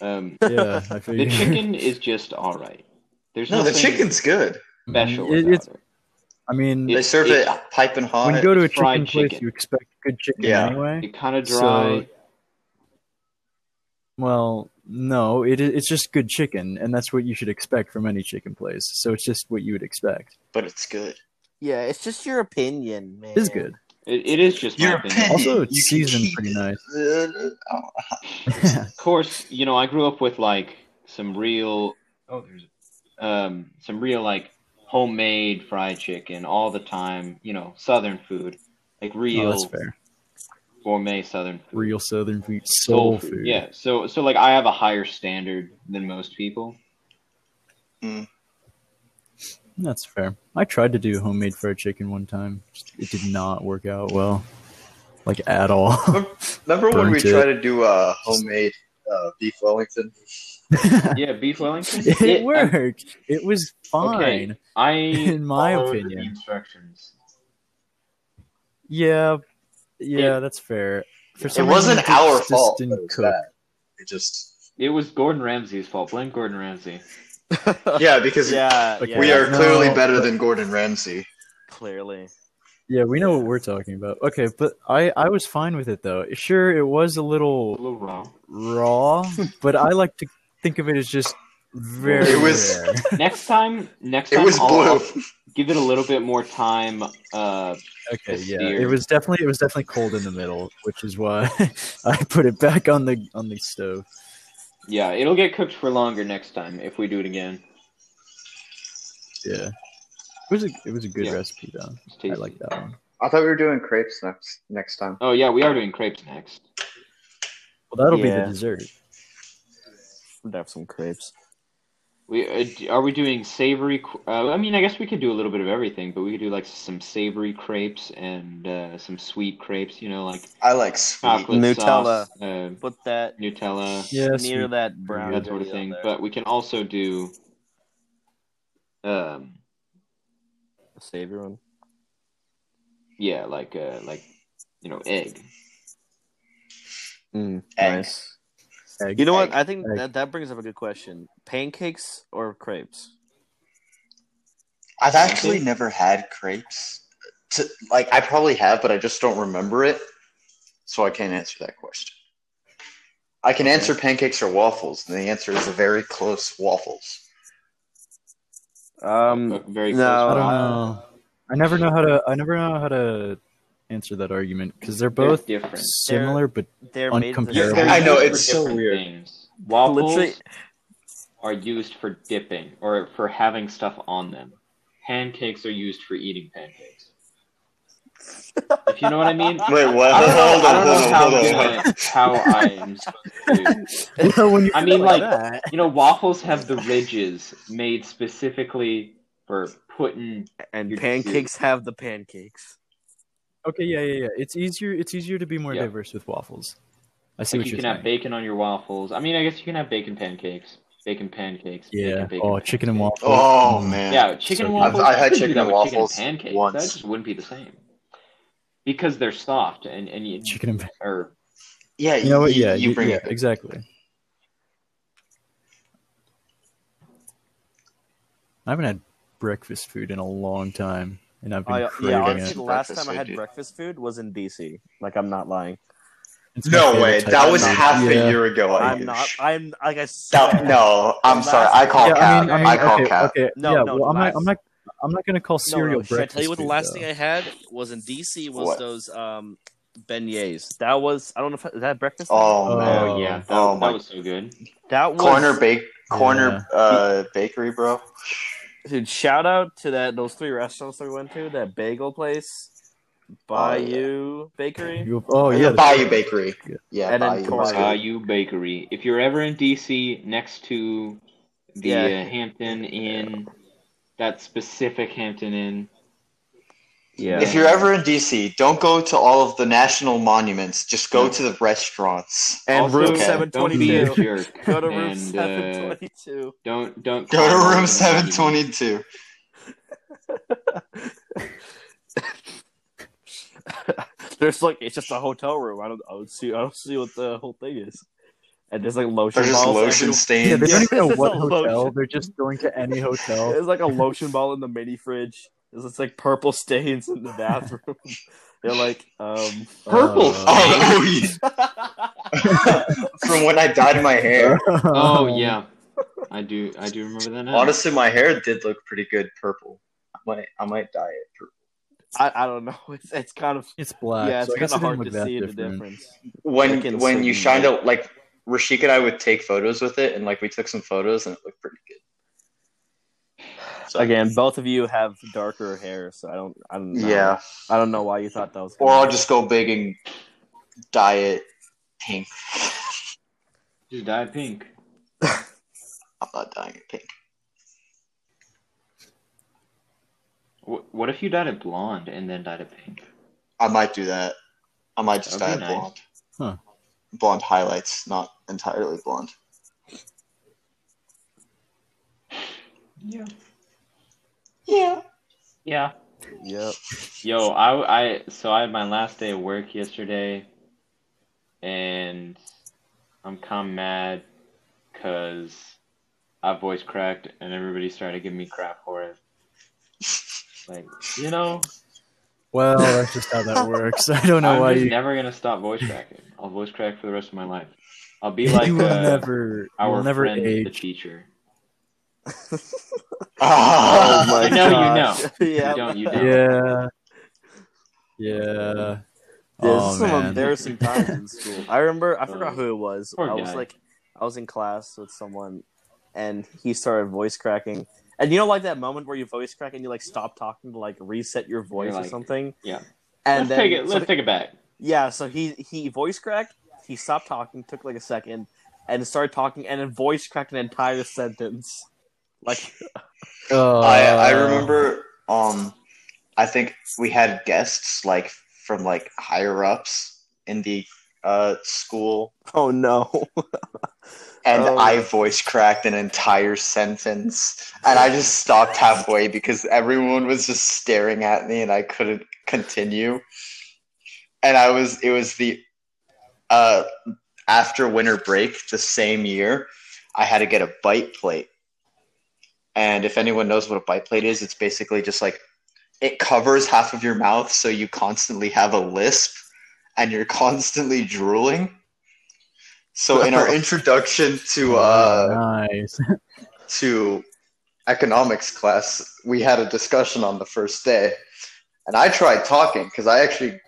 D: Um,
C: Yeah. I
D: [laughs] the
C: figured. [laughs]
D: chicken is just all right. There's
B: No, the
D: nothing
B: chicken's good.
D: special.
C: It-
D: about
C: it's-
D: it.
C: I mean,
B: They
D: It-
B: serve
D: it-
B: it, pipe and hot.
C: when you go to a
D: fried
C: chicken place,
D: chicken.
C: you expect good chicken
B: Yeah.
C: anyway.
D: It kind of
C: So-
D: dry.
C: Well, no, it it's just good chicken, and that's what you should expect from any chicken place. So it's just what you would expect.
B: but it's good.
A: Yeah, it's just your opinion, man.
C: It is good.
D: It, it is just
B: Your
D: my opinion.
B: opinion.
C: Also,
B: You can
C: it's seasoned
B: keep
C: pretty
B: it. [laughs]
C: nice.
B: Uh, oh,
D: Of course, you know I grew up with like some real oh there's um some real like homemade fried chicken all the time. You know Southern food, like
C: Oh,
D: real
C: that's fair.
D: gourmet Southern food.
C: Real southern food, soul, food.
D: Yeah. So so like I have a higher standard than most
C: [laughs]
D: people.
C: that's fair. I tried to do homemade fried chicken one time. Just- It did not work out well, like at all.
B: Remember
C: [laughs]
B: when we
C: Burnt it.
B: tried to do uh, homemade uh, beef Wellington?
C: [laughs]
D: Yeah, beef Wellington.
C: it
D: It-
C: worked. it was
D: Okay,
C: fine.
D: I
C: In my
D: followed
C: opinion.
D: the instructions.
C: Yeah, yeah, that's fair. For
B: It
C: some reason,
B: wasn't
C: just-
B: our
C: just
B: fault.
C: didn't
B: That it, was
C: cook.
B: bad. it just
D: It was Gordon Ramsay's fault. Blame Gordon Ramsay.
B: yeah, because
A: yeah,
C: Okay.
A: yeah,
B: we are
C: No,
B: clearly better than Gordon Ramsay.
A: clearly.
C: Yeah, we know what we're talking about. Okay, but I I was fine with it though. Sure, it was a
D: A
C: little
D: little raw.
B: [laughs]
C: raw, but I like to think of it as just very.
B: It was-
C: rare.
D: Next time, next
B: It
D: time
B: was
D: I'll-
B: blue.
D: I'll give it a little bit more time. Uh,
B: [laughs]
C: okay.
D: It's
C: Yeah,
D: weird.
C: it was definitely it was definitely cold in the middle, which is why [laughs] I put it back on the on the stove.
D: yeah, it'll get cooked for longer next time if we do it again.
C: Yeah, it was a it was a good
D: Yeah.
C: recipe though.
D: It's tasty.
C: I like that one.
B: I thought we were doing crepes next next time.
D: Oh yeah, we are doing crepes next.
C: Well, that'll be
A: Yeah.
C: the dessert.
A: We'd have some crepes.
D: We uh, d- are we doing savory? cr- Uh, I mean, I guess we could do a little bit of everything, but we could do like some savory crepes and uh, some sweet crepes. You know, like
B: I like sweet.
D: chocolate
A: Nutella.
D: sauce, uh,
A: Put that
D: Nutella,
C: Yeah,
A: near
C: sweet.
A: that brown
D: that sort of
A: area
D: thing.
A: there.
D: But we can also do. Um.
A: save everyone.
D: Yeah, like uh, like, you know, egg.
A: Mm,
B: Egg.
A: nice.
C: Egg.
A: You know what? I think
C: Egg.
A: that, that brings up a good question: pancakes or crepes?
B: I've actually never had crepes. To, like I probably have, but I just don't remember it, so I can't answer that question. I can answer pancakes or waffles, and the answer is a very close waffles.
D: a
A: Um,
D: very
A: no,
D: close
C: I
D: one.
C: don't
A: Uh,
C: know. I never know how to. I never know how to answer that argument because they're
D: They're
C: both
D: different.
C: similar, but
A: they're made.
C: Uncomparable.
A: the-
B: I know,
D: They're
B: it's so
D: different
B: weird.
D: Things. Waffles.
A: Literally-
D: are used for dipping or for having stuff on them. Pancakes are used for eating pancakes. if you know what I mean.
H: [laughs] Wait, what?
D: I don't know,
H: Hold
D: I
H: on,
D: don't know
H: hold on, hold on.
D: how, how I'm supposed to.
H: [laughs]
C: when you
D: I mean,
C: put
D: like,
C: that-
D: You know, waffles have the ridges made specifically for putting.
A: And
D: You're
A: pancakes have the pancakes.
C: okay, yeah, yeah, yeah. It's easier. It's easier to be more
D: Yeah.
C: diverse with waffles. I see
D: Like
C: what
D: you
C: you're
D: can
C: saying.
D: have bacon on your waffles. I mean, I guess you can have bacon pancakes. Bacon pancakes.
C: yeah.
D: Bacon, bacon,
C: oh,
D: pancakes.
C: chicken and waffles.
H: Oh
C: Mm.
H: man.
D: Yeah, chicken
C: So
D: and
C: good.
D: waffles.
H: I've- I've had
D: I couldn't do
H: chicken
D: that
H: and
D: with chicken
H: waffles
D: pancakes.
H: once.
D: That just wouldn't be the same because they're soft and and you,
C: Chicken and
D: or
H: Yeah,
C: you know what?
H: You,
C: Yeah,
H: you
C: you-
H: bring
C: yeah,
H: it.
C: exactly. I haven't had breakfast food in a long time, and I've been
A: I, yeah,
C: craving
A: honestly,
C: it.
A: the last
H: Breakfast
A: time I
H: food,
A: had
H: dude.
A: breakfast food was in DC. Like, I'm not lying.
C: It's my
H: No
C: favorite
H: way.
C: type
H: That
C: of
H: was
C: food.
H: half a
C: Yeah.
H: year
B: Oh,
H: ago. I
A: I'm
H: guess.
A: not. I'm like I swear.
H: That- no, I'm
A: The
H: sorry.
A: last-
H: I call
C: yeah, I
H: cap.
C: mean, I
H: I,
C: mean,
H: call
C: okay,
H: cap.
C: okay,
A: No,
C: yeah.
A: no,
C: well, I'm
A: last-
C: not, I'm not, I'm not gonna call
A: No,
C: cereal
A: no. Should I
C: breakfast.
A: tell you what the
C: food,
A: last
C: though.
A: thing I had was in DC? Was
H: What?
A: those um beignets? That was I don't know if is that breakfast. thing?
C: Uh,
H: Oh man.
D: oh yeah, that,
H: Oh, my-
D: that was so good.
A: that was
H: corner bake. Corner uh, bakery, bro.
A: Dude, shout out to that those three restaurants that we went to. That bagel place, Bayou Bakery,
C: You- oh yeah,
H: the
C: the-
H: Bayou Bakery.
C: Yeah.
H: Yeah,
A: And then
H: Bayou.
A: corner-
H: was good.
D: Bayou Bakery. If you're ever in DC, next to the
A: Yeah.
D: uh, Hampton Inn, that specific Hampton Inn.
A: yeah,
H: If you're ever in DC, don't go to all of the national monuments. Just go
D: No.
H: to the restaurants.
A: and
D: also,
A: room
H: okay,
A: seven
D: Don't
A: twenty
D: be a
A: two.
D: jerk.
A: Go to room
D: and,
A: seven
D: uh,
A: twenty two.
D: Don't don't
H: Go
D: climb
H: to
D: over
H: room
D: the
H: 722.
A: There's like it's just a hotel room. I don't I don't see I don't see what the whole thing is. And there's like lotion
H: They're just
A: balls everywhere.
H: lotion [laughs]
C: yeah.
H: stains.
C: They don't
A: Yeah,
C: even know
A: this is [laughs]
C: what
A: a
C: hotel.
A: lotion.
C: They're just going to any [laughs] hotel.
A: There's like a lotion ball in the mini fridge. There's just like purple stains in the
H: [laughs]
A: bathroom. They're like, um,
D: Purple
H: Oh, yeah. [laughs] From when I dyed my hair. [laughs]
D: Oh yeah, I do. I do remember that now.
H: Honestly, my hair did look pretty good purple. I might, I might dye it purple.
A: I, I don't know. It's it's kind of
C: it's black.
A: yeah, it's
C: Uh, so I
A: kind
C: guess it
A: of
C: didn't
A: hard
C: look
A: to
C: that
A: see the
C: different.
A: difference. I
H: When
A: can
H: when
A: see
H: you shined
A: that.
H: out, like Rashik and I would take photos with it, and like we took some photos, and it looked pretty good. So,
A: Again, both of you have darker hair, so I don't I don't know.
H: yeah.
A: I don't know why you thought that was.
H: Or
A: gonna
H: I'll
A: be-
H: just go big and dye it [laughs] pink.
D: Just dye it pink.
H: I'm not dyeing it pink.
D: Wh- What if you dyed it blonde and then dyed it pink?
H: I might do that. I might just dye
D: That'd
H: it
D: be nice.
H: blonde.
C: Huh.
H: Blonde highlights, not entirely blonde.
D: Yeah.
H: Yeah.
D: Yeah.
A: Yep.
D: Yo, I, I so I had my last day of work yesterday, and I'm kind of mad because I voice cracked and everybody started giving me crap for it. Like, you know,
C: Well, that's just
A: [laughs]
C: how that works. I don't know
D: I'm
C: why
D: just
C: you.
D: never gonna stop voice cracking. I'll voice crack for the rest of my life. I'll be
C: [laughs] you
D: like
C: will
D: uh,
C: never, you
D: our
C: will never
D: friend, the
C: age.
D: teacher.
H: Ah!
A: Oh my
D: You know, you
A: [laughs] gosh.
D: You
A: yeah.
D: don't, you don't.
C: Yeah. Yeah.
A: There's
C: oh
A: some
C: man.
A: embarrassing times in school. I remember
D: [laughs]
A: I forgot
D: Oh.
A: who it was.
D: Poor
A: I was
D: guy.
A: like I was in class with someone and he started voice cracking. And you know like that moment where you voice crack and you like stop talking to like reset your voice or
D: like,
A: something?
D: yeah.
A: And
D: let's
A: then
D: take it.
A: so
D: Let's take it back.
A: [laughs] Yeah, so he he voice cracked, he stopped talking, took like a second, and started talking, and then voice cracked an entire sentence. Like,
C: Uh,
H: I I remember um I think we had guests like from like higher ups in the uh school
A: oh no!
H: [laughs] and
A: Oh.
H: I voice cracked an entire sentence and I just stopped halfway because everyone was just staring at me and I couldn't continue. And I was it was the uh after winter break the same year, I had to get a bite plate. And if anyone knows what a bite plate is, it's basically just like it covers half of your mouth, so you constantly have a lisp and you're [laughs] constantly drooling. So in our introduction to uh,
C: nice. [laughs]
H: to economics class, we had a discussion on the first day, and I tried talking because I actually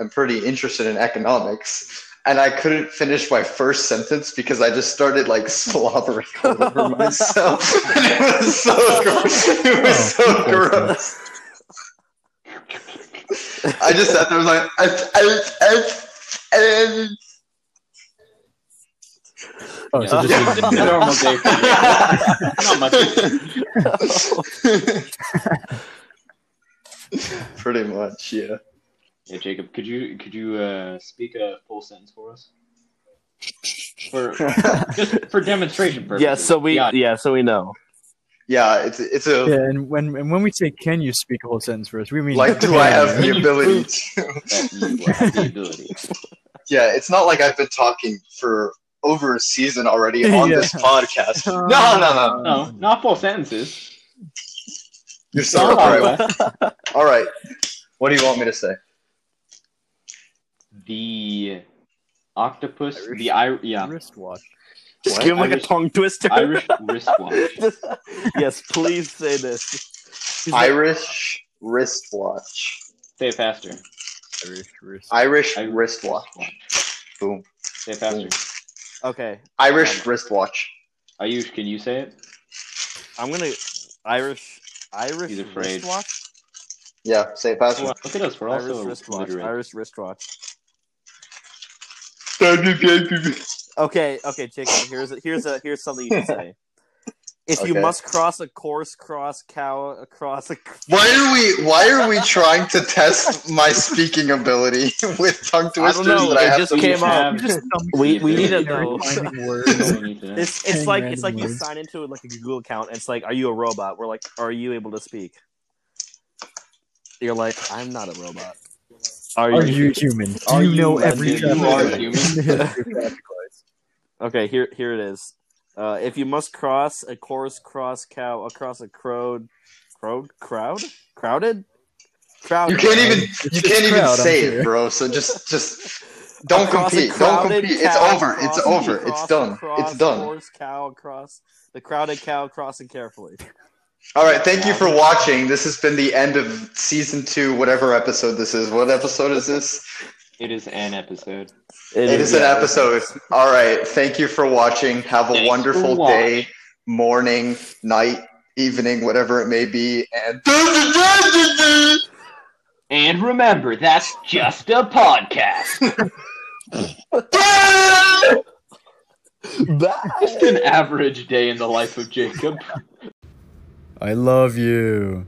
H: am pretty interested in economics, and I couldn't finish my first sentence because I just started like [laughs] slobbering all over myself. [laughs] And it was so gross. It was so gross. I just sat there was like, I, I, I, I,
C: Oh, so just
H: [laughs] Yeah.
C: a-
D: normal day for you. Not much.
H: [laughs] Pretty much, yeah.
I: Yeah, Jacob, could you could you uh, speak a full sentence for us?
A: [laughs]
I: For just for demonstration purposes.
A: Yeah, so we
I: Yeah,
A: yeah, so we know.
H: Yeah, it's it's a
C: yeah, and when and when we say can you speak a whole sentence for us, we mean
H: like do I have the ability to [laughs]
I: that you have the
A: [laughs]
I: ability.
H: Yeah, it's not like I've been talking for over a
C: [laughs]
H: season already on
C: Yeah. Uh,
H: this
C: [laughs]
H: podcast. No, no, no.
I: No, not full
A: [laughs]
I: sentences.
H: You're so right. All right. What do you want me to say?
I: The octopus, the Irish, yeah,
C: wristwatch?
A: Just give him like
I: Irish-
A: a tongue twister.
I: Irish wristwatch.
A: [laughs] Just- yes, please say this.
H: Irish wristwatch.
I: Say it faster.
H: Irish
I: Irish
H: wristwatch. Boom.
I: Say it faster.
A: Okay,
H: Irish wristwatch.
I: Ayush, can you say it?
A: I'm gonna Irish Irish
I: He's afraid.
A: wristwatch.
H: Yeah, say it fast.
I: Look at us. We're
A: Irish
I: also
A: wristwatch.
I: illiterate.
A: Irish wristwatch. Okay, okay, Jacob. Here's a, here's a here's something you can [laughs] say. If you
H: Okay.
A: must cross a course, cross cow across a.
H: Why are we why are we trying to test my speaking ability [laughs] with tongue
A: I don't
H: twisters
A: know,
H: that I
A: it
H: have
A: just
H: to
I: We
A: came up.
I: have-
A: We we need to
I: You
C: [laughs]
A: know.
C: Finding
I: That's
C: words.
I: all we need to know.
A: It's
C: Ten
A: it's like
C: random
A: it's like you
C: words.
A: sign into like a Google account. And it's like, are you a robot? We're like, are you able to speak? You're like, I'm not a robot. Are,
C: Are you human? Do
A: Are
C: you,
A: you
C: know
A: a-
C: every
I: you
C: traffic
I: are
C: light
I: human?
A: [laughs]
C: in the history of traffic lights?
A: Okay, here here it is. Uh, if you must cross a course, cross cow across a crowd, crowd, crowd, crowded, crowd.
H: You can't even you can't even
C: crowd, I'm
H: say
C: sure.
H: it, bro. So just just don't
A: Across a
H: compete. Don't
A: crowded
H: compete. It's
A: cow,
H: over. It's
A: cross-
H: over. It's
A: cross-
H: done.
A: cross
H: It's done.
A: Course cow across the crowded cow crossing carefully.
H: All right. Thank you for watching. This has been the end of season two, whatever episode this is. What episode is this?
I: It is an episode.
H: It is an episode. All right. Thank you for watching. Have a
I: Thanks for
H: wonderful
I: watching.
H: day, morning, night, evening, whatever it may be. And
I: And remember, that's just a podcast. Just an average day in the life of Jacob.
C: I love you.